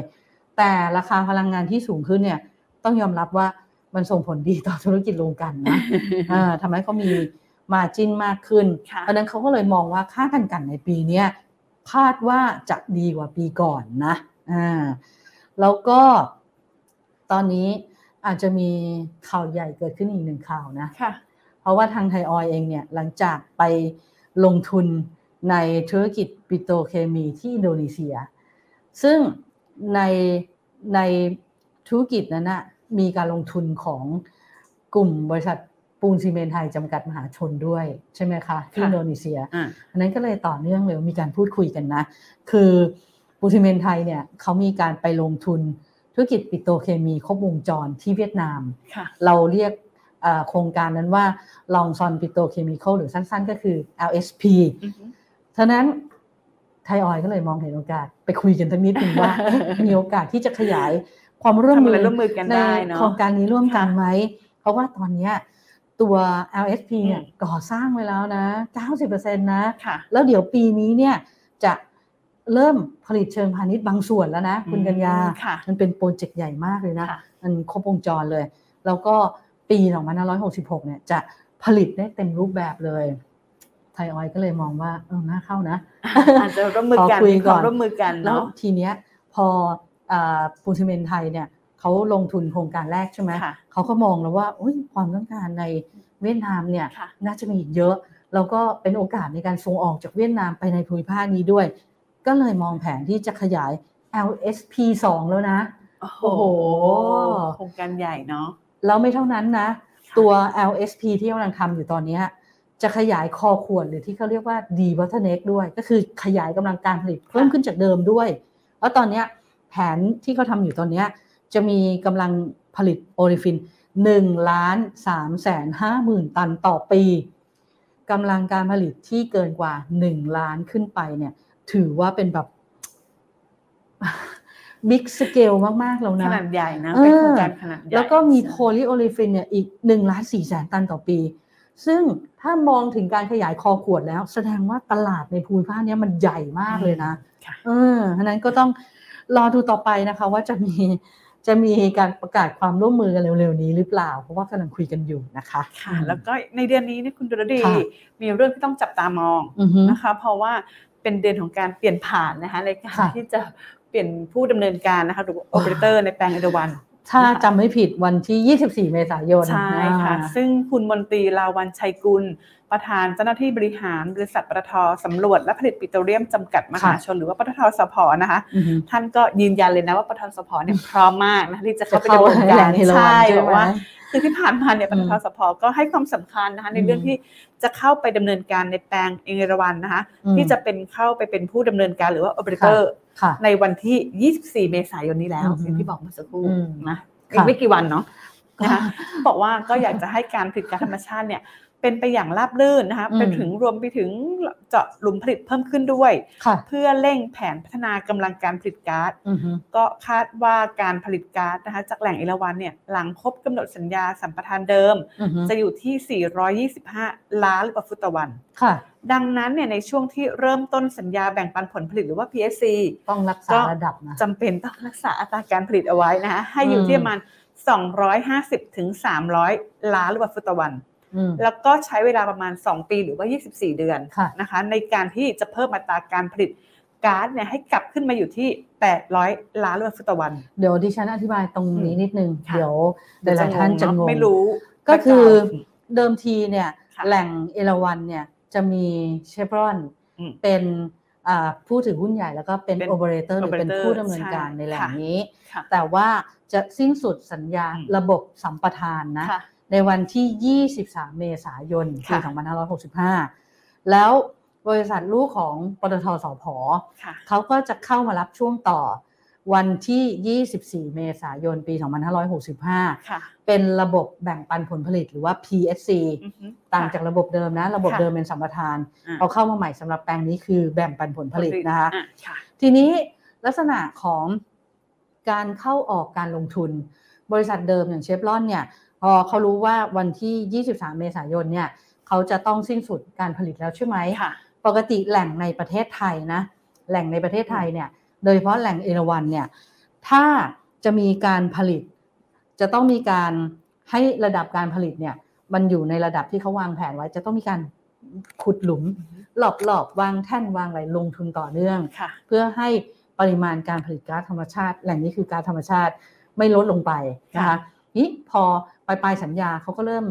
Speaker 8: แต่ราคาพลังงานที่สูงขึ้นเนี่ยต้องยอมรับว่ามันส่งผลดีต่อธุรกิจโรงกลันนะ อ่าทำให้เขามีมาจิ้นมากขึ้น
Speaker 9: ค่ะ
Speaker 8: เพราะฉะนั้นเขาก็เลยมองว่าค่ากันกันในปีเนี้ยคาดว่าจะดีกว่าปีก่อนนะอ่าแล้วก็ตอนนี้อาจจะมีข่าวใหญ่เกิดขึ้นอีกหนึ่งข่าวนะ
Speaker 9: ค่ะ
Speaker 8: เพราะว่าทางไทยออยล์เองเนี่ยหลังจากไปลงทุนในธุรกิจปิโตรเคมีที่อินโดนีเซีย ซึ่งในในธุรกิจนั้นนะมีการลงทุนของกลุ่มบริษัทปูนซีเมนต์ไทยจำกัดมหาชนด้วยใช่ไหมคะที่
Speaker 9: ค่ะ
Speaker 8: อินโดนีเซีย
Speaker 9: อ่า
Speaker 8: อันนั้นก็เลยต่อเนื่องเลยมีการพูดคุยกันนะ คือปูทิเมนไทยเนี่ยเขามีการไปลงทุนธุรกิจปิโตรเคมีครบวงจรที่เวียดนาม
Speaker 9: ค่ะ
Speaker 8: เราเรียกเอ่อโครงการนั้นว่า Long Son Petrochemical หรือสั้นๆ ก็คือ LSP
Speaker 9: อือฮึ
Speaker 8: ฉะนั้นไทยออยก็เลยมองเห็นโอกาสไปคุยกันสักนิดหนึ่งว่า *laughs* เอ๊ะมีโอกาสที่จะขยายความร่วม
Speaker 9: ทำ
Speaker 8: มื
Speaker 9: อะไร
Speaker 8: อ
Speaker 9: ร่วมมือกัน
Speaker 8: ใน
Speaker 9: ได้เนาะ
Speaker 8: โครงการนี้ร่วมกัน
Speaker 9: ค่ะ
Speaker 8: ไหม เพราะว่าตอนเนี้ยตัว LSP เนี่ย
Speaker 9: อืม
Speaker 8: ก่อสร้างไว้แล้วนะ 90%นะ
Speaker 9: ค่ะ
Speaker 8: แล้วเดี๋ยวปีนี้เนี่ยจะเริ่มผลิตเชิงพาณิชย์บางส่วนแล้วนะ คุณ
Speaker 9: อืม
Speaker 8: กัญญา
Speaker 9: ค่ะ
Speaker 8: มันเป็นโปรเจกต์ใหญ่มากเลยนะ
Speaker 9: ค่ะ
Speaker 8: มันครบวงจรเลย แล้วก็ปี2566 เนี่ยจะผลิตได้เต็มรูปแบบเลย ไทยออยล์ก็เลยมองว่าเออน่าเข้านะ
Speaker 9: อาจจะร่วมมือกัน
Speaker 8: ขอคุย
Speaker 9: มีค
Speaker 8: ก่อ
Speaker 9: วาน มร่วมมือกัน
Speaker 8: แล้ว
Speaker 9: เนาะ
Speaker 8: ทีเนี้ยพอเอ่อปูนซีเมนต์ไทยเนี่ยเขาลงทุนโครงการแรกใช่ไหม
Speaker 9: ค่ะ
Speaker 8: เขาก็มองแล้วว่าอุ๊ยความต้องการในเวียดนามเนี่ย
Speaker 9: ค่ะ
Speaker 8: น่าจะมีอีกเยอะ แล้วก็เป็นโอกาสในการส่งออกจากเวียดนามไปในภูมิภาคนี้ด้วย ก็เลยมองแผนที่จะขยาย LSP 2 แล้วนะ
Speaker 9: โอ้โห
Speaker 8: โอ้โห
Speaker 9: โครงการใหญ่เนาะ
Speaker 8: แล้วไม่เท่านั้นนะ ตัว LSP ที่กำลังทำอยู่ตอนเนี้ยจะขยายคอขวดหรือที่เขาเรียกว่า d b o t t l e n e c k ด้วย ก็คือขยายกำลังการผลิตเพิ่มขึ้นจากเดิมด้วย แล้วตอนเนี้ยแผนที่เขาทำอยู่ตอนเนี้ยจะมีกำลังผลิตโอลิฟิน1ล้าน3แสน5หมื่นตันต่อปีกำลังการผลิตที่เกินกว่า 1 ล้านขึ้นไปเนี่ยถือว่าเป็นแบบ *laughs* บิ๊กสเกลมาก ๆ แล้วนะ
Speaker 9: ขนาดใหญ่นะ
Speaker 8: เออ
Speaker 9: เป็นโครงการขนาดใหญ่
Speaker 8: แล้วก็มีโพ
Speaker 9: ใช่
Speaker 8: ลีโอลิฟินเนี่ยอีก1ล้าน4แสนตันต่อปี ซึ่งถ้ามองถึงการขยายคอขวดแล้ว แสดงว่าตลาดในภูมิภาคเนี้ยมันใหญ่มากเลยนะ
Speaker 9: ค่ะ
Speaker 8: เออฉะนั้นก็ต้องรอดูต่อไปนะคะ ว่าจะมี *laughs* จะมีการประกาศความร่วมมือกันเร็วๆนี้หรือเปล่า เพราะว่ากำลังคุยกันอยู่นะคะ
Speaker 9: ค่ะ
Speaker 8: อืม
Speaker 9: แล้วก็ในเดือนนี้เนี่ยคุณดุลดี
Speaker 8: ค่ะ
Speaker 9: มีเรื่องที่ต้องจับตามอง
Speaker 8: อือฮึ
Speaker 9: นะคะ เพราะว่าเป็นเดือนของการเปลี่ยนผ่านนะคะในการ
Speaker 8: ค่ะ
Speaker 9: ที่จะเปลี่ยนผู้ดำเนินการนะคะหรือโอเปอเรเตอร์ในแปลงเอเดวัน
Speaker 8: ถ้าจำไม่ผิดวันที่ 24 เมษายน
Speaker 9: ใช่ค่ะ
Speaker 8: อ่า
Speaker 9: ซึ่งคุณมนตรีลาวันชัยกุล ประธานเจ้าหน้าที่บริหารบริษัทปตทสำรวจและผลิตปิโตรเลียมจำกัดมหา
Speaker 8: ค่ะ
Speaker 9: ชน หรือว่าปตทสพนะคะ
Speaker 8: อือฮึ
Speaker 9: ท่านก็ยืนยันเลยนะว่าปตทสพเนี่ยพร้อมมากนะที่จะเข้าไป
Speaker 8: จะเข้า
Speaker 9: ดำเนินกา
Speaker 8: แห
Speaker 9: ร
Speaker 8: ล่
Speaker 9: ง
Speaker 8: เอราวัณ
Speaker 9: ใช่
Speaker 8: ใช่ไหม
Speaker 9: บอกว่าคือที่ผ่านมาเนี่ยปตทสพก็ให้ความสำคัญนะคะในเรื่อง
Speaker 8: อืม
Speaker 9: ที่จะเข้าไปดำเนินการในแปลงเอราวันนะคะ
Speaker 8: อืม
Speaker 9: ที่จะเป็นเข้าไปเป็นผู้ดำเนินการหรือว่าโอเปอเรเตอร์
Speaker 8: ค่ะ
Speaker 9: ในวันที่ 24 เมษายนนี้แล้ว
Speaker 8: อือฮึ
Speaker 9: อย่างที่บอกเมื่อสักครู่
Speaker 8: อืม
Speaker 9: นะ
Speaker 8: ค่ะ
Speaker 9: อีกไม่กี่วันเนาะนะ
Speaker 8: ค่ะ *laughs*
Speaker 9: คะบอกว่าก็อยากจะให้การผลิตก๊าซธรรมชาติเนี่ย เป็นไปอย่างราบรื่นนะคะ
Speaker 8: อืม
Speaker 9: ไปถึงรวมไปถึงเจาะหลุมผลิตเพิ่มขึ้นด้วย
Speaker 8: ค่ะ
Speaker 9: เพื่อเร่งแผนพัฒนากำลังการผลิตก๊าซ
Speaker 8: อือฮึ
Speaker 9: ก็คาดว่าการผลิตก๊าซนะคะจากแหล่งเอราวันเนี่ยหลังครบกำหนดสัญญาสัมปทานเดิม
Speaker 8: อือฮึ
Speaker 9: จะอยู่ที่ 425 ล้านลูกบาศก์ฟุตต่อวัน
Speaker 8: ค่ะ
Speaker 9: ดังนั้นเนี่ยในช่วงที่เริ่มต้นสัญญาแบ่งปันผลผลิตหรือว่า PSC
Speaker 8: ต้องรักษา
Speaker 9: ก็
Speaker 8: ระดับนะ
Speaker 9: จำเป็นต้องรักษาอัตราการผลิตเอาไว้นะคะให้อยู่
Speaker 8: อืม
Speaker 9: ที่ประมาณ 250ถึง300 ล้านลูกบาศก์ฟุตต่อวัน
Speaker 8: อืม
Speaker 9: แล้วก็ใช้เวลาประมาณ 2 ปีหรือว่า 24 เดือน
Speaker 8: ค่ะ
Speaker 9: นะคะ ในการที่จะเพิ่มอัตราการผลิตก๊าซเนี่ยให้กลับขึ้นมาอยู่ที่ 800 ล้านลูกบาศก์ฟุตต่อวัน
Speaker 8: เดี๋ยวดิฉันอธิบายตรงนี้นิดนึง
Speaker 9: ค่ะ
Speaker 8: เดี๋ยวหลายๆท่านจะงง
Speaker 9: ไม่รู้
Speaker 8: ก็คือเดิมทีเนี่ย
Speaker 9: ค่ะ
Speaker 8: แหล่งเอราวันเนี่ยจะมีเชฟรอน
Speaker 9: อืม
Speaker 8: เป็นอ่าผู้ถือหุ้นใหญ่แล้วก็เป็น
Speaker 9: เป็น
Speaker 8: โอเปอเรเตอร์หรือเป็น
Speaker 9: operator
Speaker 8: ผู้ดำเนินการ
Speaker 9: ใช่
Speaker 8: ในแหล่ง
Speaker 9: ค่ะ
Speaker 8: นี้
Speaker 9: ค่ะ
Speaker 8: แต่ว่าจะสิ้นสุดสัญญา
Speaker 9: อืม
Speaker 8: ระบบสัมปทานนะ
Speaker 9: ค่ะ
Speaker 8: ในวันที่ 23 เมษายน ปี
Speaker 9: ค่ะ
Speaker 8: 2565 แล้วบริษัทลูกของปตทสพ
Speaker 9: ค่ะ
Speaker 8: เขาก็จะเข้ามารับช่วงต่อวันที่ 24 เมษายน ปี 2565
Speaker 9: ค่ะ
Speaker 8: เป็นระบบแบ่งปันผลผลิตหรือว่า PSC
Speaker 9: อือฮึ
Speaker 8: ต่างจาก
Speaker 9: ค่ะ
Speaker 8: ระบบเดิมนะ ระบบ
Speaker 9: ค่ะ
Speaker 8: เดิมเป็นสัมปทาน
Speaker 9: อ่า
Speaker 8: เอาเข้ามาใหม่สำหรับแปลงนี้คือแบ่งปันผลผลิตนะคะ
Speaker 9: อ่ค่ะ
Speaker 8: ทีนี้ลักษณะของการเข้าออกการลงทุน บริษัทเดิมอย่างเชฟรอนเนี่ยพอเขารู้ว่าวันที่ 23 เมษายนเนี่ยเขาจะต้องสิ้นสุดการผลิตแล้วใช่ไหม
Speaker 9: ค่ะ
Speaker 8: ปกติแหล่งในประเทศไทยนะ แหล่งในประเทศไทยเนี่ย โดยเฉพาะแหล่งเอราวันเนี่ย ถ้าจะมีการผลิต จะต้องมีการให้ระดับการผลิตเนี่ย มันอยู่ในระดับที่เขาวางแผนไว้ จะต้องมีการขุดหลุม หลอบหลอบๆวางแท่นวางอะไรลงทุนต่อเนื่อง
Speaker 9: ค่ะ
Speaker 8: เพื่อให้ปริมาณการผลิตก๊าซธรรมชาติ แหล่งนี้คือก๊าซธรรมชาติไม่ลดลงไปนะคะ
Speaker 9: ค่ะ
Speaker 8: นี่พอปลายปลายๆสัญญาเขาก็เริ่ม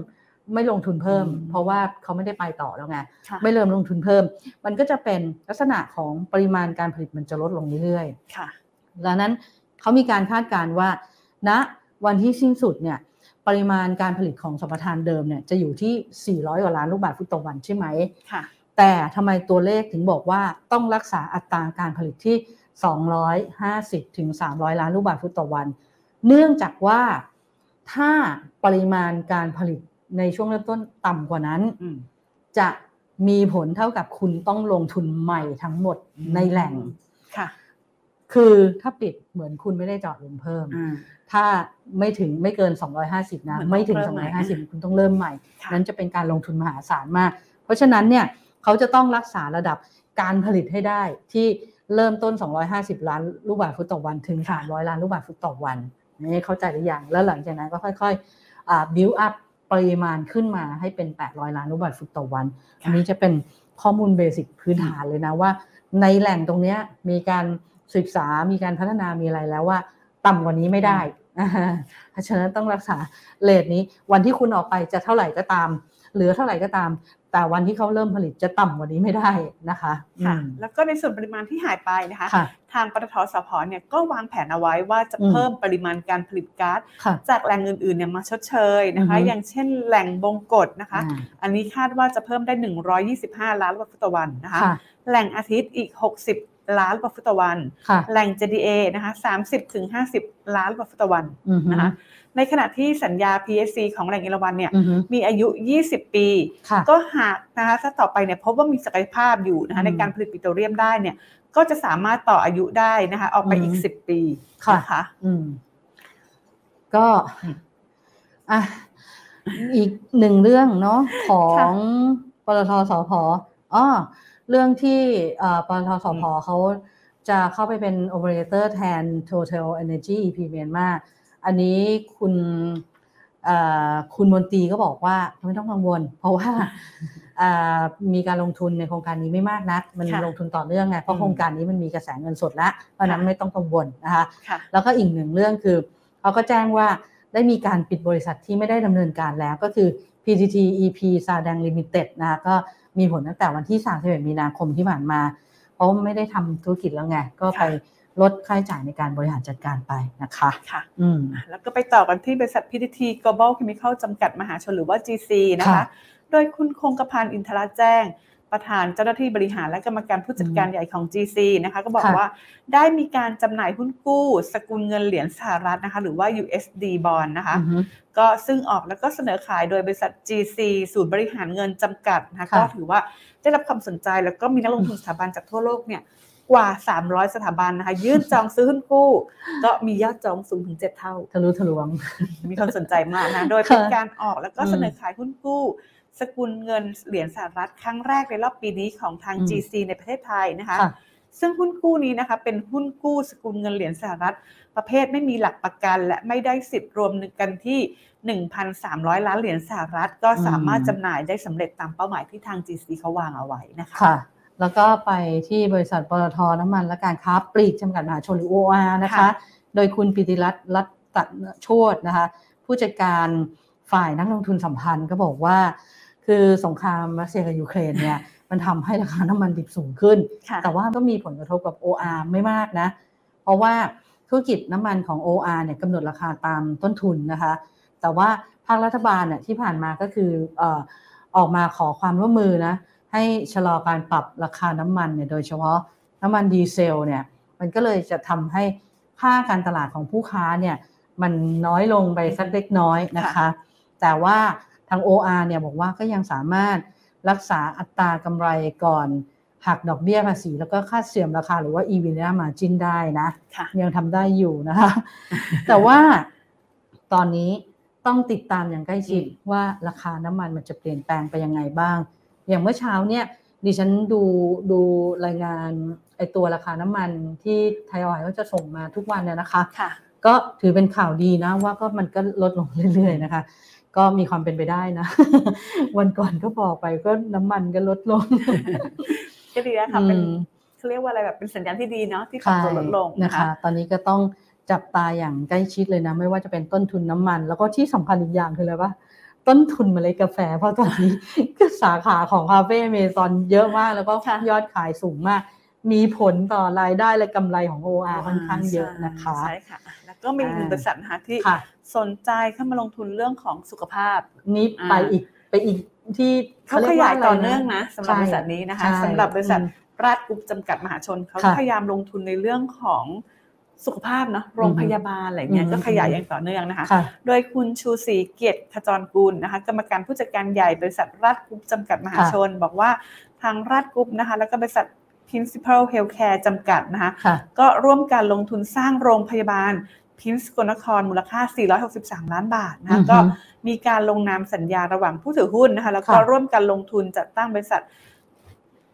Speaker 8: ไม่ลงทุนเพิ่ม
Speaker 9: อืม
Speaker 8: เพราะว่าเขาไม่ได้ไปต่อแล้วไง
Speaker 9: ค่ะ
Speaker 8: ไม่เริ่มลงทุนเพิ่ม มันก็จะเป็นลักษณะของปริมาณการผลิตมันจะลดลงเรื่อย
Speaker 9: ค่ะ
Speaker 8: ๆ ดังนั้นเขามีการคาดการณ์ว่าณวันที่สิ้นสุดเนี่ยปริมาณการผลิตของสัมปทานเดิมเนี่ยจะอยู่ที่ 400 กว่าล้านลูกบาศก์ฟุตต่อวันใช่ไหม
Speaker 9: ค่ะ
Speaker 8: แต่ทำไมตัวเลขถึงบอกว่าต้องรักษาอัตราการผลิตที่ 250ถึง300 ล้านลูกบาศก์ฟุตต่อวัน เนื่องจากว่าถ้าปริมาณการผลิตในช่วงเริ่มต้นต่ำกว่านั้น
Speaker 9: อืม
Speaker 8: จะมีผลเท่ากับคุณต้องลงทุนใหม่ทั้งหมดในแหล่ง
Speaker 9: ค่ะ
Speaker 8: คือถ้าปิดเหมือนคุณไม่ได้เจาะหลุมเพิ่ม
Speaker 9: อืม
Speaker 8: ถ้าไม่ถึงไม่เกิน 250 นะ
Speaker 9: เหมือนต้อง
Speaker 8: ไม่ถึง
Speaker 9: เริ่มใหม่
Speaker 8: 250 คุณต้องเริ่มใหม่
Speaker 9: ค่ะ
Speaker 8: นั้นจะเป็นการลงทุนมหาศาลมาก เพราะฉะนั้นเนี่ยเขาจะต้องรักษาระดับการผลิตให้ได้ที่เริ่มต้น 250 ล้านลูกบาศก์ฟุตต่อวันถึง 300 ล้านลูกบาศก์ฟุตต่อวันนี่เข้าใจหรือยัง แล้วหลังจากนั้นก็ค่อยๆอ่า build up ปริมาณขึ้นมาให้เป็น 800 ล้านลูกบาศก์ฟุตต่อวัน อันนี้จะเป็นข้อมูลเบสิกพื้นฐานเลยนะว่า ในแหล่งตรงเนี้ยมีการศึกษา มีการพัฒนา มีอะไรแล้วว่า ต่ำกว่านี้ไม่ได้ *laughs* เพราะฉะนั้นต้องรักษาเลทนี้ วันที่คุณออกไปจะเท่าไหร่ก็ตาม เหลือเท่าไหร่ก็ตาม แต่วันที่เขาเริ่มผลิตจะต่ำกว่านี้ไม่ได้นะคะ
Speaker 9: ค่ะ
Speaker 8: อืม
Speaker 9: แล้วก็ในส่วนปริมาณที่หายไปนะคะ
Speaker 8: ค่ะ
Speaker 9: ทางปตทสพเนี่ยก็วางแผนเอาไว้ว่าจะ
Speaker 8: อืม
Speaker 9: เพิ่มปริมาณการผลิตก๊าซ
Speaker 8: ค่ะ
Speaker 9: จากแหล่งอื่นๆเนี่ยมาชดเชยนะคะ
Speaker 8: อือฮึ
Speaker 9: อย่างเช่นแหล่งบงกฎนะคะ
Speaker 8: อ่า
Speaker 9: อันนี้คาดว่าจะเพิ่มได้ 125 ล้านลูกบาศก์ฟุตต่อวันนะคะ
Speaker 8: ค่ะ
Speaker 9: แหล่งอาทิตย์อีก 60 ล้านลูกบาศก์ฟุตต่อวัน
Speaker 8: ค่ะ
Speaker 9: แหล่ง JDA นะคะ30ถึง50 ล้านลูกบาศก์ฟุตต่อวัน
Speaker 8: อือฮึ
Speaker 9: นะคะ ในขณะที่สัญญา PSC ของแหล่งเอราวันเนี่ย
Speaker 8: อือฮึ
Speaker 9: มีอายุ 20 ปี
Speaker 8: ค่ะ
Speaker 9: ก็หากนะคะถ้าต่อไปเนี่ยพบว่ามีศักยภาพอยู่นะคะ
Speaker 8: อืม
Speaker 9: ในการผลิตปิโตรเลียมได้เนี่ยก็จะสามารถต่ออายุได้นะคะออกไปอีก
Speaker 8: อืม
Speaker 9: 10 ปี
Speaker 8: ค่ะ
Speaker 9: นะคะ
Speaker 8: อืม ก็อ่ะอีกหนึ่งเรื่องเนาะของปตทสพอ๋อเรื่องที่เอ่อปตทสพเขาจะเข้าไปเป็นโอเปอเรเตอร์แทน Total Energy EP เมียนมาอันนี้คุณเอ่อคุณมนตรีก็บอกว่าไม่ต้องกังวล เพราะว่าเอ่อมีการลงทุนในโครงการนี้ไม่มากนัก มัน
Speaker 9: ค่ะ
Speaker 8: ลงทุนต่อเนื่องไงเพราะ
Speaker 9: อืม
Speaker 8: โครงการนี้มันมีกระแสเงินสดแล้วเพราะฉะนั้น
Speaker 9: ค่ะ
Speaker 8: ไม่ต้องกังวลนะคะ
Speaker 9: ค่ะ
Speaker 8: แล้วก็อีกหนึ่งเรื่องคือเขาก็แจ้งว่าได้มีการปิดบริษัทที่ไม่ได้ดำเนินการแล้วก็คือ PTT EP s a d a n g Limited นะคะก็มีผลตั้งแต่วันที่31มีนาคมที่ผ่านมา เพราะไม่ได้ทำธุรกิจแล้วไง ก็ไปลดค่าใช้จ่ายในการบริหารจัดการไปนะคะ
Speaker 9: ค่ะ
Speaker 8: อืม
Speaker 9: แล้วก็ไปต่อกันที่บริษัท PTT Global Chemical จำกัดมหาชนหรือว่า GC นะคะ
Speaker 8: ค่ะ
Speaker 9: โดยคุณคงกระพันธ์อินทราแจ้ง ประธานเจ้าหน้าที่บริหารและกรรมการผู้จัดการใหญ่ของ GC นะคะก็บอก
Speaker 8: ค่ะ
Speaker 9: ว่าได้มีการจำหน่ายหุ้นกู้ สกุลเงินเหรียญสหรัฐนะคะหรือว่า USD bond นะคะ
Speaker 8: อือฮึ
Speaker 9: ก็ซึ่งออกแล้วก็เสนอขายโดยบริษัท GC ศูนย์บริหารเงินจำกัดนะคะ
Speaker 8: ค่ะ
Speaker 9: ก็ถือว่าได้รับความสนใจแล้วก็มีนักลงทุนสถาบันจากทั่วโลกเนี่ยกว่า 300 สถาบันนะคะยื่นจองซื้อหุ้นกู้ ก็มียอดจองสูงถึง 7 เท่า
Speaker 8: ทะลุทะลวง
Speaker 9: มีความสนใจมากนะโดยเป็น
Speaker 8: ค่ะ
Speaker 9: การออกแล้วก็
Speaker 8: อืม
Speaker 9: เสนอขายหุ้นกู้ สกุลเงินเหรียญสหรัฐครั้งแรกในรอบปีนี้ของทาง
Speaker 8: อืม
Speaker 9: GC ในประเทศไทยนะคะ
Speaker 8: ค่ะ
Speaker 9: ซึ่งหุ้นกู้นี้นะคะเป็นหุ้นกู้สกุลเงินเหรียญสหรัฐ ประเภทไม่มีหลักประกัน และไม่ได้สิทธิ์รวมกันที่ 1,300 ล้านเหรียญสหรัฐ ก็สามารถ
Speaker 8: อืม
Speaker 9: จำหน่ายได้สำเร็จตามเป้าหมายที่ทาง GC เขาวางเอาไว้นะคะ
Speaker 8: ค่ะ แล้วก็ไปที่บริษัทปตทน้ำมันและการค้าปลีกจำกัดมหาชนหรือ OR นะคะ
Speaker 9: ค่ะ
Speaker 8: โดยคุณปิติรัตน์รัตนโชตนะคะ ผู้จัดการฝ่ายนักลงทุนสัมพันธ์ก็บอกว่า คือสงครามรัสเซียกับยูเครน *laughs* เนี่ย มันทำให้ราคาน้ำมันดิบสูงขึ้น
Speaker 9: ค่ะ
Speaker 8: แต่ว่าก็มีผลกระทบกับ OR ไม่มากนะ เพราะว่าธุรกิจน้ำมันของ OR เนี่ยกำหนดราคาตามต้นทุนนะคะ แต่ว่าภาครัฐบาลเนี่ยที่ผ่านมาก็คือเอ่อออกมาขอความร่วมมือนะ ให้ชะลอการปรับราคาน้ำมันเนี่ยโดยเฉพาะน้ำมันดีเซลเนี่ยมันก็เลยจะทำให้ค่าการตลาดของผู้ค้าเนี่ยมันน้อยลงไปสักเล็กน้อยนะคะ แต่ว่าทาง OR เนี่ยบอกว่าก็ยังสามารถรักษาอัตรากำไรก่อนหักดอกเบี้ยภาษี แล้วก็ค่าเสื่อมราคาหรือว่า EV เนี่ยมาจินได้นะ
Speaker 9: ค่ะ
Speaker 8: ยังทำได้อยู่นะคะ *laughs* แต่ว่าตอนนี้ต้องติดตามอย่างใกล้ชิดว่าราคาน้ำมันมันจะเปลี่ยนแปลงไปยังไงบ้าง อย่างเมื่อเช้าเนี่ยดิฉันดูดูรายงานไอตัวราคาน้ำมันที่ไทยออยล์ก็จะส่งมาทุกวันเนี่ยนะคะ
Speaker 9: ค่ะ
Speaker 8: ก็ถือเป็นข่าวดีนะว่าก็มันก็ลดลงเรื่อยๆนะคะ ก็มีความเป็นไปได้นะ *laughs* วันก่อนก็บอกไปก็น้ำมันก็ลดลง
Speaker 9: ก็ดีนะคะเป็น
Speaker 8: *laughs* อืม
Speaker 9: เขาเรียกว่าอะไรแบบเป็นสัญญาณที่ดีเนาะที่ปรับตัวลดลง
Speaker 8: ใช่
Speaker 9: นะคะ
Speaker 8: ตอนนี้ก็ต้องจับตาอย่างใกล้ชิดเลยนะ ไม่ว่าจะเป็นต้นทุนน้ำมัน แล้วก็ที่สำคัญอีกอย่างคืออะไรปะต้นทุนเมล็ดกาแฟ เพราะตอนนี้ ก็สาขาของคาเฟ่เมซอนเยอะมากแล้วก็
Speaker 9: ค่ะ
Speaker 8: ยอดขายสูงมาก มีผลต่อรายได้และกำไรของ OR ค่อนข้างเยอะนะคะ
Speaker 9: ใช่ค่ะ แล้วก็มีอีกหนึ่ง
Speaker 8: อ่า
Speaker 9: บริษัทนะคะที่
Speaker 8: ค่ะ
Speaker 9: สนใจเข้ามาลงทุนเรื่องของสุขภาพ
Speaker 8: นี่ไป
Speaker 9: อ่า
Speaker 8: อีกไปอีกที่
Speaker 9: เขา
Speaker 8: รี
Speaker 9: ข
Speaker 8: กว่
Speaker 9: ยาย
Speaker 8: ไร
Speaker 9: ต่อเนื่องนะสำหรับบริษัทนี้นะคะ
Speaker 8: ใช่
Speaker 9: สำหรับบริษัท
Speaker 8: อืม
Speaker 9: ราชกรุ๊ปจำกัดมหาชนเขา
Speaker 8: ค่ะ
Speaker 9: พยายามลงทุนในเรื่องของสุขภาพเนาะโรงพยาบาลอะไรเงี้ย
Speaker 8: อืม
Speaker 9: ก็ขยายอย่างต่อเนื่องนะคะ
Speaker 8: ค่ะ
Speaker 9: โดยคุณชูศรีเกียรติขจรกุลนะคะกรรมการผู้จัดการใหญ่บริษัทราชกรุ๊ปจำกัดมหาชน บอกว่าทางราชกรุ๊ปนะคะแล้วก็บริษัท Principal Healthcare จำกัดนะคะ
Speaker 8: ค่ะ
Speaker 9: ก็ร่วมการลงทุนสร้างโรงพยาบาลพิมสกลนครมูลค่า 463 ล้านบาทนะคะ
Speaker 8: อือฮึ
Speaker 9: ก็มีการลงนามสัญญาระหว่างผู้ถือหุ้นนะคะแล้วก็
Speaker 8: ค่ะ
Speaker 9: ร่วมกันลงทุนจัดตั้งบริษัท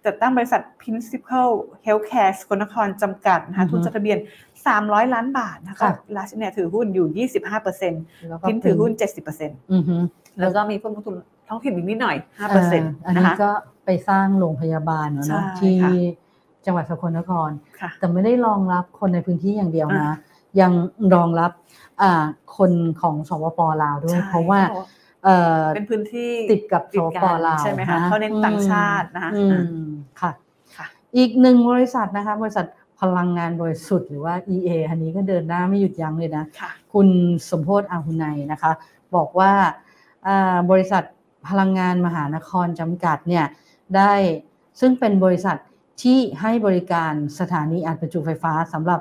Speaker 9: จัดตั้งบริษัท Principal Healthcare สกลนครจำกัดนะคะทุนจดทะเบียน 300 ล้านบาทนะคะรัชเนี่ยถือหุ้นอยู่ 25%
Speaker 8: แล้วก็
Speaker 9: พิมถือหุ้น
Speaker 8: อือฮึ
Speaker 9: 70%แล้วก็มีผู้ลงทุนท้องถิ่นอีกนิดหน่อย 5%
Speaker 8: อ่าอัน
Speaker 9: นะ
Speaker 8: นี้
Speaker 9: คะ
Speaker 8: ก็ไปสร้างโรงพยาบาลเนอะเนอะ
Speaker 9: ใช่
Speaker 8: ที่
Speaker 9: ค่ะ
Speaker 8: จังหวัดสกลนคร
Speaker 9: ค่ะ
Speaker 8: แต่ไม่ได้รองรับคนในพื้นที่อย่างเดียวนะ
Speaker 9: อ่า
Speaker 8: ยังรองรับอ่าคนของสปปลาวด้วย
Speaker 9: ใช่
Speaker 8: เพราะว่า
Speaker 9: ขบอก
Speaker 8: เอ่อ
Speaker 9: เป็นพื้นที่
Speaker 8: ติดกับส
Speaker 9: ติด
Speaker 8: ป
Speaker 9: กัน
Speaker 8: ปลาว
Speaker 9: ใช่ไหมคะ
Speaker 8: น
Speaker 9: เขาเน้นต่างชาตินะคะ
Speaker 8: อืมค่ะ
Speaker 9: ค่ะ
Speaker 8: อีกหนึ่งบริษัทนะคะ บริษัทพลังงานบริสุทธิ์หรือว่า EA อันนี้ก็เดินหน้าไม่หยุดยั้งเลยนะ
Speaker 9: ค่ะ
Speaker 8: คุณสมโพศ์อาหุไนยนะคะ บอกว่าอ่าบริษัทพลังงานมหานครจำกัดเนี่ยได้ซึ่งเป็นบริษัทที่ให้บริการสถานีอัดประจุไฟฟ้าสำหรับ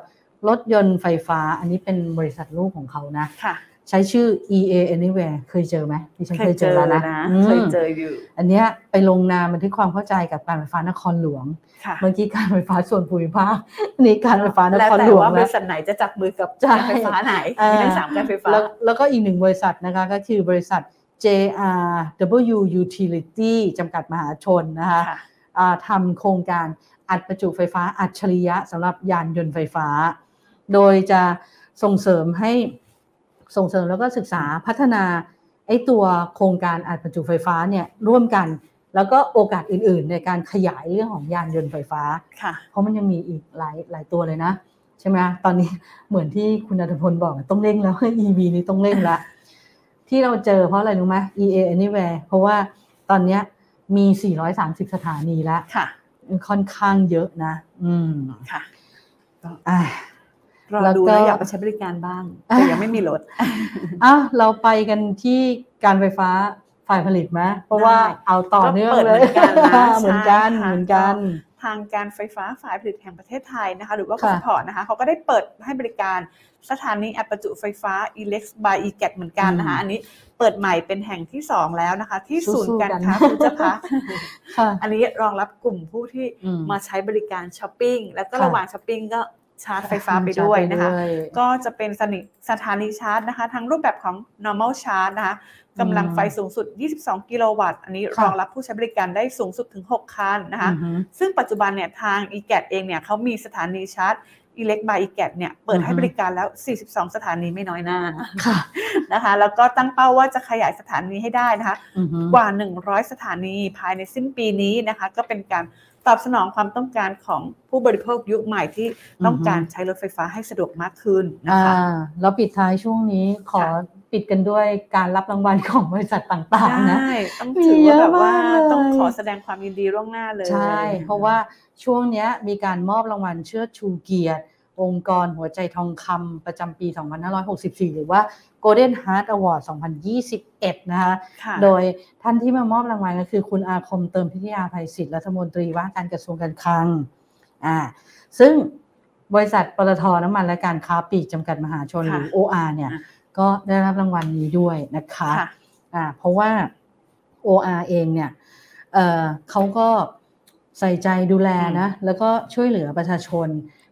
Speaker 8: รถยนต์ไฟฟ้า อันนี้เป็นบริษัทลูกของเขานะ
Speaker 9: ค่ะ
Speaker 8: ใช้ชื่อ EA Anywhere เคยเจอไหมดิฉันเคยเจอแล้วนะอืม
Speaker 9: เคยเจออยู่
Speaker 8: อันเนี้ยไปลงนามบันทึกความเข้าใจกับการไฟฟ้านครหลวง
Speaker 9: ค่ะ
Speaker 8: เมื่อกี้การไฟฟ้าส่วนภูมิภาคอันนี้การไฟฟ้าน
Speaker 9: แล้ว
Speaker 8: คร
Speaker 9: แต่
Speaker 8: หลวง
Speaker 9: ว่าบ
Speaker 8: นะ
Speaker 9: ริษัทไหนจะจับมือกับ
Speaker 8: ใช่
Speaker 9: การไฟฟ้าไหนมีทั้งสามการไฟฟ้า
Speaker 8: แล้วแล้วก็อีกหนึ่งบริษัทนะคะก็คือบริษัท JRW Utility จำกัดมหาชนนะคะ
Speaker 9: ค่ะ
Speaker 8: อ่าทำโครงการอัดประจุไฟฟ้าอัจฉริยะสำหรับยานยนต์ไฟฟ้า โดยจะส่งเสริมให้ส่งเสริมแล้วก็ศึกษาพัฒนาไอ้ตัวโครงการอัดประจุไฟฟ้าเนี่ยร่วมกัน แล้วก็โอกาสอื่นๆ ในการขยายเรื่องของยานยนต์ไฟฟ้า
Speaker 9: ค่ะ
Speaker 8: เพราะมันยังมีอีกหลายหลายตัวเลยนะ ใช่ไหมตอนนี้เหมือนที่คุณอัตพลบอกต้องเร่งแล้ว *laughs* EV นี้ต้องเร่งละที่เราเจอเพราะอะไรรู้ไหม EA Anywhere เพราะว่าตอนเนี้ยมี 430 สถานีละ
Speaker 9: ค่ะ
Speaker 8: ค่อนข้างเยอะนะ อืม
Speaker 9: ค่ะ
Speaker 8: อ่ะ
Speaker 9: รอ
Speaker 8: แล้วก็
Speaker 9: ดูนะอยากไปใช้บริการบ้าง แต่
Speaker 8: อ่ะ
Speaker 9: ยังไม่มีรถ
Speaker 8: อ่ะเราไปกันที่การไฟฟ้า ฝ่ายผลิตไหมเพราะว่าเอาต่อเนื่องเลย
Speaker 9: ก็เปิด
Speaker 8: เห
Speaker 9: เหมื
Speaker 8: มือ
Speaker 9: อน นกั
Speaker 8: กัน *laughs*
Speaker 9: นนะ
Speaker 8: เหมือนกัน
Speaker 9: ใช่ค่ะ ทางการไฟฟ้าฝ่ายผลิตแห่งประเทศไทยนะคะ หรือว่าก
Speaker 8: ค่ะ
Speaker 9: สทนะคะเขาก็ได้เปิดให้บริการสถานีอัดประจุไฟฟ้า Elex by e g a t เหมือนกันนะคะ
Speaker 8: อืม
Speaker 9: อันนี้เปิดใหม่เป็นแห่งที่ 2 แล้วนะคะ ที่
Speaker 8: สู้ๆ
Speaker 9: ศูนย์การ
Speaker 8: กัน
Speaker 9: ค้า
Speaker 8: นะ
Speaker 9: ฟูเจอร์พาร์ค
Speaker 8: ค่ะ
Speaker 9: อันนี้รองรับกลุ่มผู้ที่
Speaker 8: อืม
Speaker 9: มาใช้บริการช้อปปิ้งแล้วก็
Speaker 8: ค่ะ
Speaker 9: ระหว่างช้อปปิ้งก็ชาร์จไฟฟ้าไปด้วยนะคะ
Speaker 8: ไปด้วย
Speaker 9: ก็จะเป็นสนิสถานีชาร์จนะคะ ทั้งรูปแบบของ normal charge นะคะกำลังไฟสูงสุด 22 กิโลวัตต์ อันนี้
Speaker 8: ค่ะ
Speaker 9: รองรับผู้ใช้บริการได้สูงสุดถึง 6 คันนะคะ
Speaker 8: อือหือ
Speaker 9: ซึ่งปัจจุบันเนี่ยทาง e g a t เองเนี่ยเขามีสถานีชาร์จอิเล็กบายอีแกเนี่ยเปิดให้
Speaker 8: อือฮึ
Speaker 9: บริการแล้ว 42 สถานีไม่น้อยหน้า
Speaker 8: ค่ะ
Speaker 9: นะคะ แล้วก็ตั้งเป้าว่าจะขยายสถานีให้ได้นะคะ
Speaker 8: อือหือ
Speaker 9: กว่า 100 สถานีภายในสิ้นปีนี้นะคะ ก็เป็นการตอบสนองความต้องการของผู้บริโภคยุคใหม่ที่ต้องการ
Speaker 8: อือฮึ
Speaker 9: ใช้รถไฟฟ้าให้สะดวกมากขึ้นนะ
Speaker 8: อ่า
Speaker 9: คะ
Speaker 8: แล้วปิดท้ายช่วงนี้ขอ
Speaker 9: ค่ะ
Speaker 8: ปิดกันด้วยการรับรางวัลของบริษัทต่างๆนะ
Speaker 9: ได้ต้องถือว่าแบบว่า
Speaker 8: เยอะมากเลย
Speaker 9: ต้องขอแสดงความยินดีล่วงหน้าเลย
Speaker 8: ใช่ เพราะว่าช่วงเนี้ยมีการมอบรางวัลเชิดชูเกียรติ องค์กรหัวใจทองคำประจำปี 2564 หรือว่า Golden Heart Award 2021 นะคะ
Speaker 9: ค่ะ
Speaker 8: โดยท่านที่มามอบรางวัลก็คือคุณอาคมเติมพิทยาภัยศิษย์รัฐมนตรีว่าการกระทรวงการคลังอ่าซึ่งบริษัทปตทน้ำมันและการค้าปลีกจำกัดมหาชนห
Speaker 9: ค่ะ
Speaker 8: รือ OR เนี่ย
Speaker 9: อ่ะ
Speaker 8: ก็ได้รับรางวัลนี้ด้วยนะคะ
Speaker 9: ค่ะ
Speaker 8: อ่าเพราะว่า OR เองเนี่ยเอ่อเขาก็ใส่ใจดูแลนะ แล้วก็ช่วยเหลือประชาชน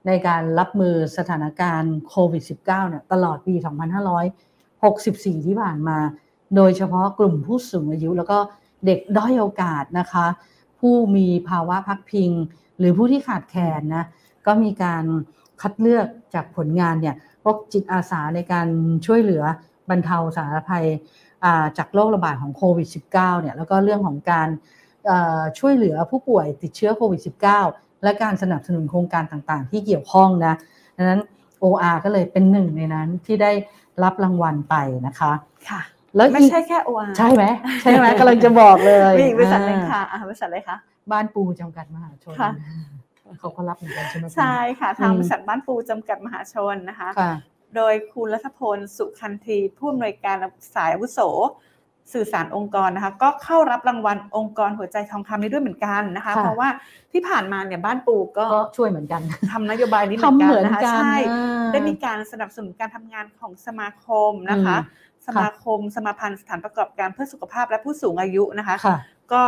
Speaker 8: ในการรับมือสถานการณ์โควิด -19 เนี่ยตลอดปี 2564 ที่ผ่านมา โดยเฉพาะกลุ่มผู้สูงอายุ แล้วก็เด็กด้อยโอกาสนะคะ ผู้มีภาวะพักพิง หรือผู้ที่ขาดแคลนนะ ก็มีการคัดเลือกจากผลงานเนี่ยพวกจิตอาสาในการช่วยเหลือบรรเทาสาธารณภัย อ่าจากโรคระบาดของโควิด -19 เนี่ยแล้วก็เรื่องของการเอ่อช่วยเหลือผู้ป่วยติดเชื้อโควิด -19 และการสนับสนุนโครงการต่างๆ ที่เกี่ยวข้องนะดังนั้น OR ก็เลยเป็นหนึ่งในนั้นที่ได้รับรางวัลไปนะคะ
Speaker 9: ค่ะ
Speaker 8: แล้ว
Speaker 9: ไม่
Speaker 8: อีก
Speaker 9: ใช่แค่ OR
Speaker 8: ใช่ไหมใช่
Speaker 9: *laughs*
Speaker 8: ไหมกำลังจะบอกเลย
Speaker 9: มีอีกบริษัทหนึง
Speaker 8: อ่า
Speaker 9: ค่ะอ่าบริษัทอะไรคะ
Speaker 8: บ้านปูจำกัดมหาชน
Speaker 9: ค่ะ
Speaker 8: เขาก็รับเหมือนกันใช่ไหมคุณ
Speaker 9: ใช่ค่ะ ทางบริษัทบ้านปูจำกัดมหาชนนะคะ
Speaker 8: ค่ะ
Speaker 9: โดยคุณรัฐพล สุคันธีผู้อำนวยการสายอาวุโส สื่อสารองค์กรนะคะ ก็เข้ารับรางวัลองค์กรหัวใจทองคำนี้ด้วยเหมือนกันนะคะ
Speaker 8: ค่ะ
Speaker 9: เพราะว่าที่ผ่านมาเนี่ยบ้านปูก็
Speaker 8: ก็ช่วยเหมือนกัน
Speaker 9: ทำนโยบายนี้เหมือน
Speaker 8: ทำ
Speaker 9: กัน
Speaker 8: เหมือน
Speaker 9: นะคะ
Speaker 8: กัน
Speaker 9: ใช่
Speaker 8: อ่า
Speaker 9: ได้มีการสนับสนุนการทำงานของสมาคมนะคะ
Speaker 8: อืม
Speaker 9: สมาคมสมาพันธ์สถานประกอบการเพื่อสุขภาพและผู้สูงอายุนะคะ
Speaker 8: ค่ะ
Speaker 9: ก็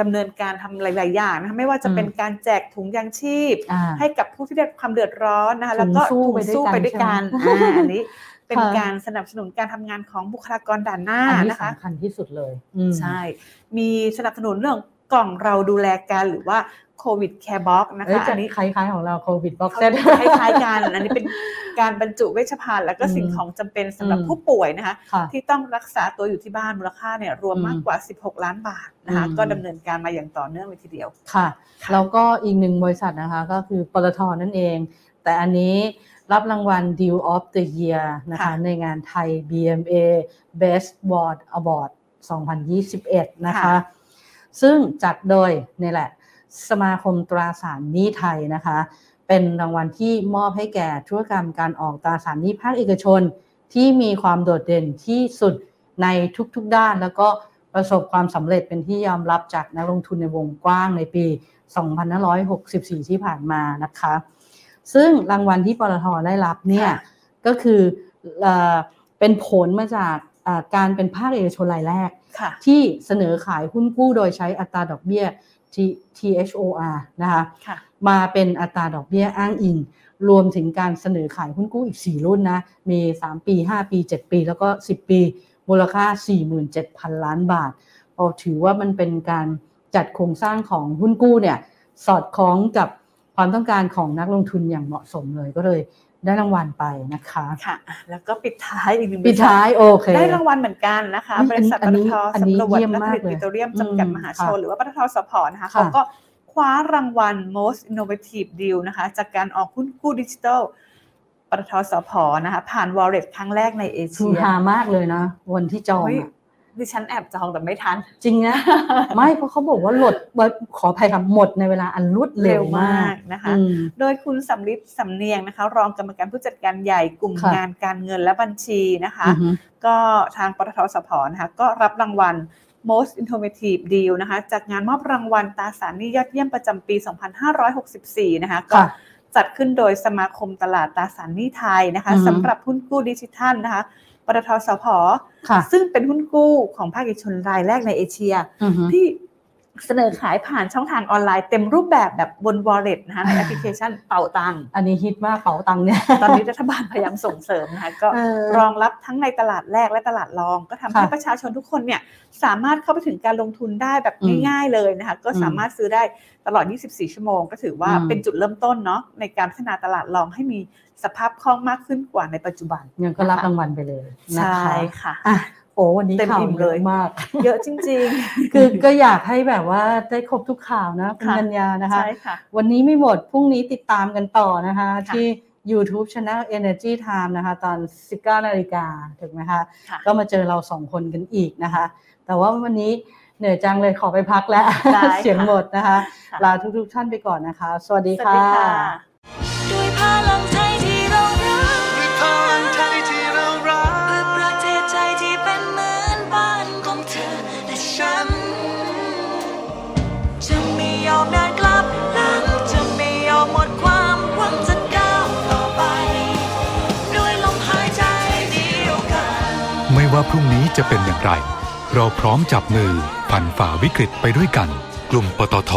Speaker 9: ดำเนินการทำหลาย ๆ อย่างนะคะไม่ว่าจะเป็น
Speaker 8: อืม
Speaker 9: การแจกถุงยางชีพ
Speaker 8: อ่า
Speaker 9: ให้กับผู้ที่ได้รับความเดือดร้อนนะคะ
Speaker 8: ถุ
Speaker 9: แล้ว
Speaker 8: ง
Speaker 9: ก็
Speaker 8: สู้
Speaker 9: ถุงสู้
Speaker 8: ไปด้วยกัน
Speaker 9: ไปด้วยกัน
Speaker 8: ใช่ไหม
Speaker 9: อ่าอันนี้เป็น
Speaker 8: ค่ะ
Speaker 9: การสนับสนุนการทำงานของบุคลากรด่านหน้า
Speaker 8: อันนี้
Speaker 9: นะคะ
Speaker 8: สำคัญที่สุดเลยอืม
Speaker 9: ใช่มีสนับสนุนเรื่องกล่องเราดูแลกันหรือว่าโควิดแคร์บ็อกนะ
Speaker 8: เอ้ย
Speaker 9: คะ
Speaker 8: จะ
Speaker 9: อันนี้
Speaker 8: คล้ายๆของเราโควิดบ็อก
Speaker 9: เขา
Speaker 8: เซต *laughs*
Speaker 9: คล้ายๆกัน อันนี้เป็นการบรรจุเวชภัณฑ์และก็
Speaker 8: อืม
Speaker 9: สิ่งของจำเป็นสำหรับ
Speaker 8: อืม
Speaker 9: ผู้ป่วยนะคะ
Speaker 8: ค่ะ
Speaker 9: ที่ต้องรักษาตัวอยู่ที่บ้านมูลค่าเนี่ยรวมมากกว่า 16 ล้านบาทนะคะ
Speaker 8: อืม
Speaker 9: ก็ดำเนินการมาอย่างต่อเนื่องเลยทีเดียว
Speaker 8: ค่ะแล้วก็อีกหนึ่งบริษัทนะคะก็คือปตทนั่นเอง แต่อันนี้รับรางวัล Deal of the Year นะคะ
Speaker 9: ค่ะ
Speaker 8: ในงานไทย BMA Best Board Award 2021 นะคะ ซึ่งจัดโดยนี่แหละ สมาคมตราสารหนี้ไทยนะคะ เป็นรางวัลที่มอบให้แก่ธุรกรรมการออกตราสารหนี้ภาคเอกชน ที่มีความโดดเด่นที่สุดในทุกๆด้าน แล้วก็ประสบความสำเร็จเป็นที่ยอมรับจากนักลงทุนในวงกว้างในปี 2564 ที่ผ่านมานะคะ ซึ่งรางวัลที่ปตทได้รับเนี่ย
Speaker 9: ค่ะ
Speaker 8: ก็คือเอ่อเป็นผลมาจากอ่าการเป็นภาคเอกชนรายแรก
Speaker 9: ค่ะ
Speaker 8: ที่เสนอขายหุ้นกู้โดยใช้อัตราดอกเบี้ย T- THOR นะคะ
Speaker 9: ค่ะ
Speaker 8: มาเป็นอัตราดอกเบี้ยอ้างอิง รวมถึงการเสนอขายหุ้นกู้อีก 4 รุ่นนะมี 3 ปี 5 ปี 7 ปี แล้วก็ 10 ปี มูลค่า 47,000 ล้านบาทเอาถือว่ามันเป็นการจัดโครงสร้างของหุ้นกู้เนี่ยสอดคล้องกับความต้องการของนักลงทุนอย่างเหมาะสมเลยก็เลยได้รางวัลไปนะคะ
Speaker 9: ค่ะ แล้วก็ปิดท้ายอีกหนึ่ง
Speaker 8: ปิดท้ายโอเค
Speaker 9: ได้รางวัลเหมือนกันนะคะ
Speaker 8: อุ๊ย
Speaker 9: บริษัท
Speaker 8: อั
Speaker 9: ป
Speaker 8: น
Speaker 9: ต
Speaker 8: นี้
Speaker 9: ท
Speaker 8: อันนี้
Speaker 9: สำรวจ
Speaker 8: เยี่ย
Speaker 9: และผม
Speaker 8: มาก
Speaker 9: ลิต
Speaker 8: เลย
Speaker 9: ปิโตรเลียมจำกัด
Speaker 8: อืม
Speaker 9: มหาช
Speaker 8: ค่ะ
Speaker 9: น หรือว่าปตทสพนะคะ
Speaker 8: ค่ะ
Speaker 9: เขาก็คว้ารางวัล most innovative deal นะคะ จากการออกหุ้นกู้ดิจิทัลปตทสพนะคะ ผ่าน wallet ครั้งแรกในเอ
Speaker 8: คือ
Speaker 9: เชีย
Speaker 8: ฮามากเลยนะวันที่จอง
Speaker 9: เฮ้ย
Speaker 8: อะ
Speaker 9: ดิฉันแอบจองแต่ไม่ทัน
Speaker 8: จริงนะ ไม่เพราะเขาบอกว่าหลดขออภัยค่ะหมดในเวลาอันรวดเร็วมาก
Speaker 9: นะคะ
Speaker 8: อืม
Speaker 9: โดยคุณสำลิดสำเนียงนะคะ รองกรรมการผู้จัดการใหญ่กลุ่ม
Speaker 8: ค่ะ
Speaker 9: งานการเงินและบัญชีนะคะ
Speaker 8: อือฮึ
Speaker 9: ก็ทางปตทสพนะคะก็รับรางวัล most innovative deal นะคะจากงานมอบรางวัลตราสารหนี้ยอดเยี่ยมประจำปี 2564 นะคะก็
Speaker 8: ค่ะ
Speaker 9: จัดขึ้นโดยสมาคมตลาดตราสารหนี้ไทยนะคะ
Speaker 8: อือฮึ
Speaker 9: สำหรับหุ้นกู้ดิจิทัลนะคะปตทสพ
Speaker 8: ค่ะ
Speaker 9: ซึ่งเป็นหุ้นกู้ของภาคเอกชนรายแรกในเอเชีย
Speaker 8: อือฮึ
Speaker 9: ที่เสนอขายผ่านช่องทางออนไลน์เต็มรูปแบบแบบบน wallet นะคะในแอปพลิเคชันเป่าตังค์
Speaker 8: อันนี้ฮิตมากเป๋าตังค์เนี่ย
Speaker 9: ตอนนี้รัฐบาลพยายามส่งเสริมนะคะก็
Speaker 8: เออ
Speaker 9: รองรับทั้งในตลาดแรกและตลาดรอง ก็ทำให้
Speaker 8: ค่ะ
Speaker 9: ประชาชนทุกคนเนี่ยสามารถเข้าไปถึงการลงทุนได้แบบง่าย ๆ เลยนะคะก็
Speaker 8: อืม
Speaker 9: สามารถซื้อได้ตลอด 24 ชั่วโมง ก็ถือว่า
Speaker 8: อืม
Speaker 9: เป็นจุดเริ่มต้นเนาะในการพัฒนาตลาดรองให้มีสภาพคล่องมากขึ้นกว่าในปัจจุบัน
Speaker 8: ยังก็รับรางวัลไปเลยนะ
Speaker 9: ใช่
Speaker 8: คะ
Speaker 9: ค่ะ
Speaker 8: อ่ะโอ้วันนี้
Speaker 9: เต็ม
Speaker 8: ข่าว
Speaker 9: อิ่ม
Speaker 8: เย
Speaker 9: เลย
Speaker 8: อะม *laughs* าก
Speaker 9: เยอะจริง
Speaker 8: คือก็อยากให้แบบว่าได้ครบทุกข่าวนะคุณ
Speaker 9: ค่ะ
Speaker 8: กัญญา
Speaker 9: ๆ
Speaker 8: นะคะ
Speaker 9: ใช่ค่ะ
Speaker 8: วันนี้ไม่หมด พรุ่งนี้ติดตามกันต่อนะคะ
Speaker 9: ค่ะ
Speaker 8: ที่ YouTube Channel Energy Time นะคะ ตอน 19นาฬิกาถูกไหมคะ
Speaker 9: ค่ะ
Speaker 8: ก็มาเจอเราสองคนกันอีกนะคะ แต่ว่าวันนี้เหนื่อยจังเลยขอไปพักแล้ว
Speaker 9: ได้ค่ะ
Speaker 8: เสียงหมดนะคะ ลาทุกๆท่านไปก่อนนะคะ สวัสดี
Speaker 9: สวัส
Speaker 8: ค่
Speaker 9: ดีค่ะ ะ
Speaker 6: ด้วยพลังไทยที่เรารักเพื่อประเทศไทยที่เป็นเหมือนบ้านของเธอและฉัน จะไม่ยอมเดินกลับหลังจะไม่ยอมหมดความหวังจะก้าวต่อไป ด้วยลมหายใจเดียวกัน
Speaker 7: ไม่ว่าพรุ่งนี้จะเป็นอย่างไร เราพร้อมจับมือผ่านฝ่าวิกฤตไปด้วยกัน กลุ่มปตท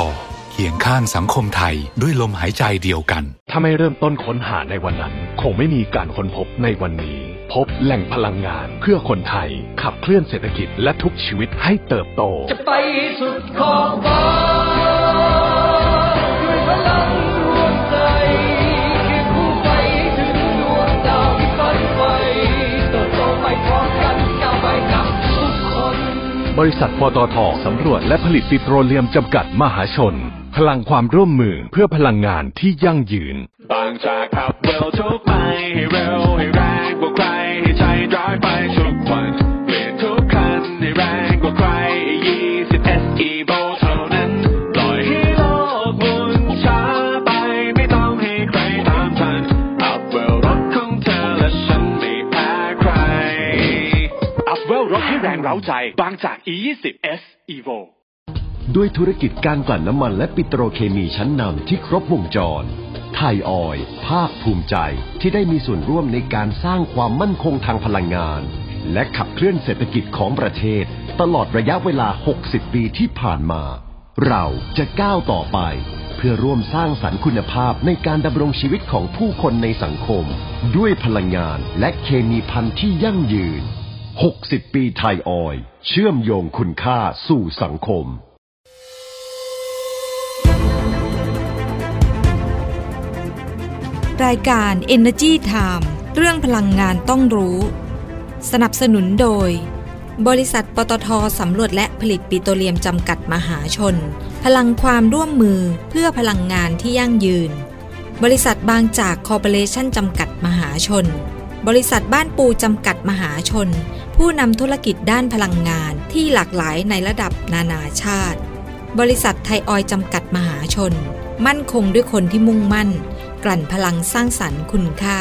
Speaker 7: เคียงข้างสังคมไทยด้วยลมหายใจเดียวกัน
Speaker 2: ถ้าไม่เริ่มต้นค้นหาในวันนั้น คงไม่มีการค้นพบในวันนี้ พบแหล่งพลังงานเพื่อคนไทย ขับเคลื่อนเศรษฐกิจและทุกชีวิตให้เติบโต
Speaker 3: จะไปสุดขอบฟ้าด้วยพลังดวงใจคือผู้ไปถึงดวงดาวที่ฝันไว้เติบโตไปพร้อมกันก้าวไปกับทุกคน
Speaker 2: บริษัทปตทสำรวจและผลิตปิโตรเลียมจำกัดมหาชน พลังความร่วมมือเพื่อพลังงานที่ยั่งยืน
Speaker 4: บางจากขับเร็วทุกไปให้เร็วให้แรงกว่าใครให้ใช้ร้อยไปทุกวันเปลี่ยนทุกคันให้แรงกว่าใคร20 SE v o เท่านั้นปล่อยให้โลกหมุนช้าไปไม่ต้องให้ใครตามทันอัพเวลรถของเธอและฉันไม่แพ้ใครอัพเวลรถให้แรงเร้าใจ บางจาก E20 S Evo
Speaker 5: ด้วยธุรกิจการกลั่นน้ำมันและปิโตรเคมีชั้นนำที่ครบวงจร ไทยออยล์ภาคภูมิใจที่ได้มีส่วนร่วมในการสร้างความมั่นคงทางพลังงาน และขับเคลื่อนเศรษฐกิจของประเทศ ตลอดระยะเวลา 60 ปีที่ผ่านมา เราจะก้าวต่อไป เพื่อร่วมสร้างสรรค์คุณภาพในการดำรงชีวิตของผู้คนในสังคม ด้วยพลังงานและเคมีพันธุ์ที่ยั่งยืน 60 ปีไทยออยล์เชื่อมโยงคุณค่าสู่สังคม
Speaker 1: รายการ Energy Time เรื่องพลังงานต้องรู้ สนับสนุนโดย บริษัทปตทสำรวจและผลิตปิโตรเลียมจำกัดมหาชน พลังความร่วมมือเพื่อพลังงานที่ยั่งยืน บริษัทบางจากคอร์ปอเรชั่นจำกัดมหาชน บริษัทบ้านปูจำกัดมหาชน ผู้นำธุรกิจด้านพลังงานที่หลากหลายในระดับนานาชาติ บริษัทไทยออยล์จำกัดมหาชน มั่นคงด้วยคนที่มุ่งมั่น กลั่นพลังสร้างสรรค์คุณค่า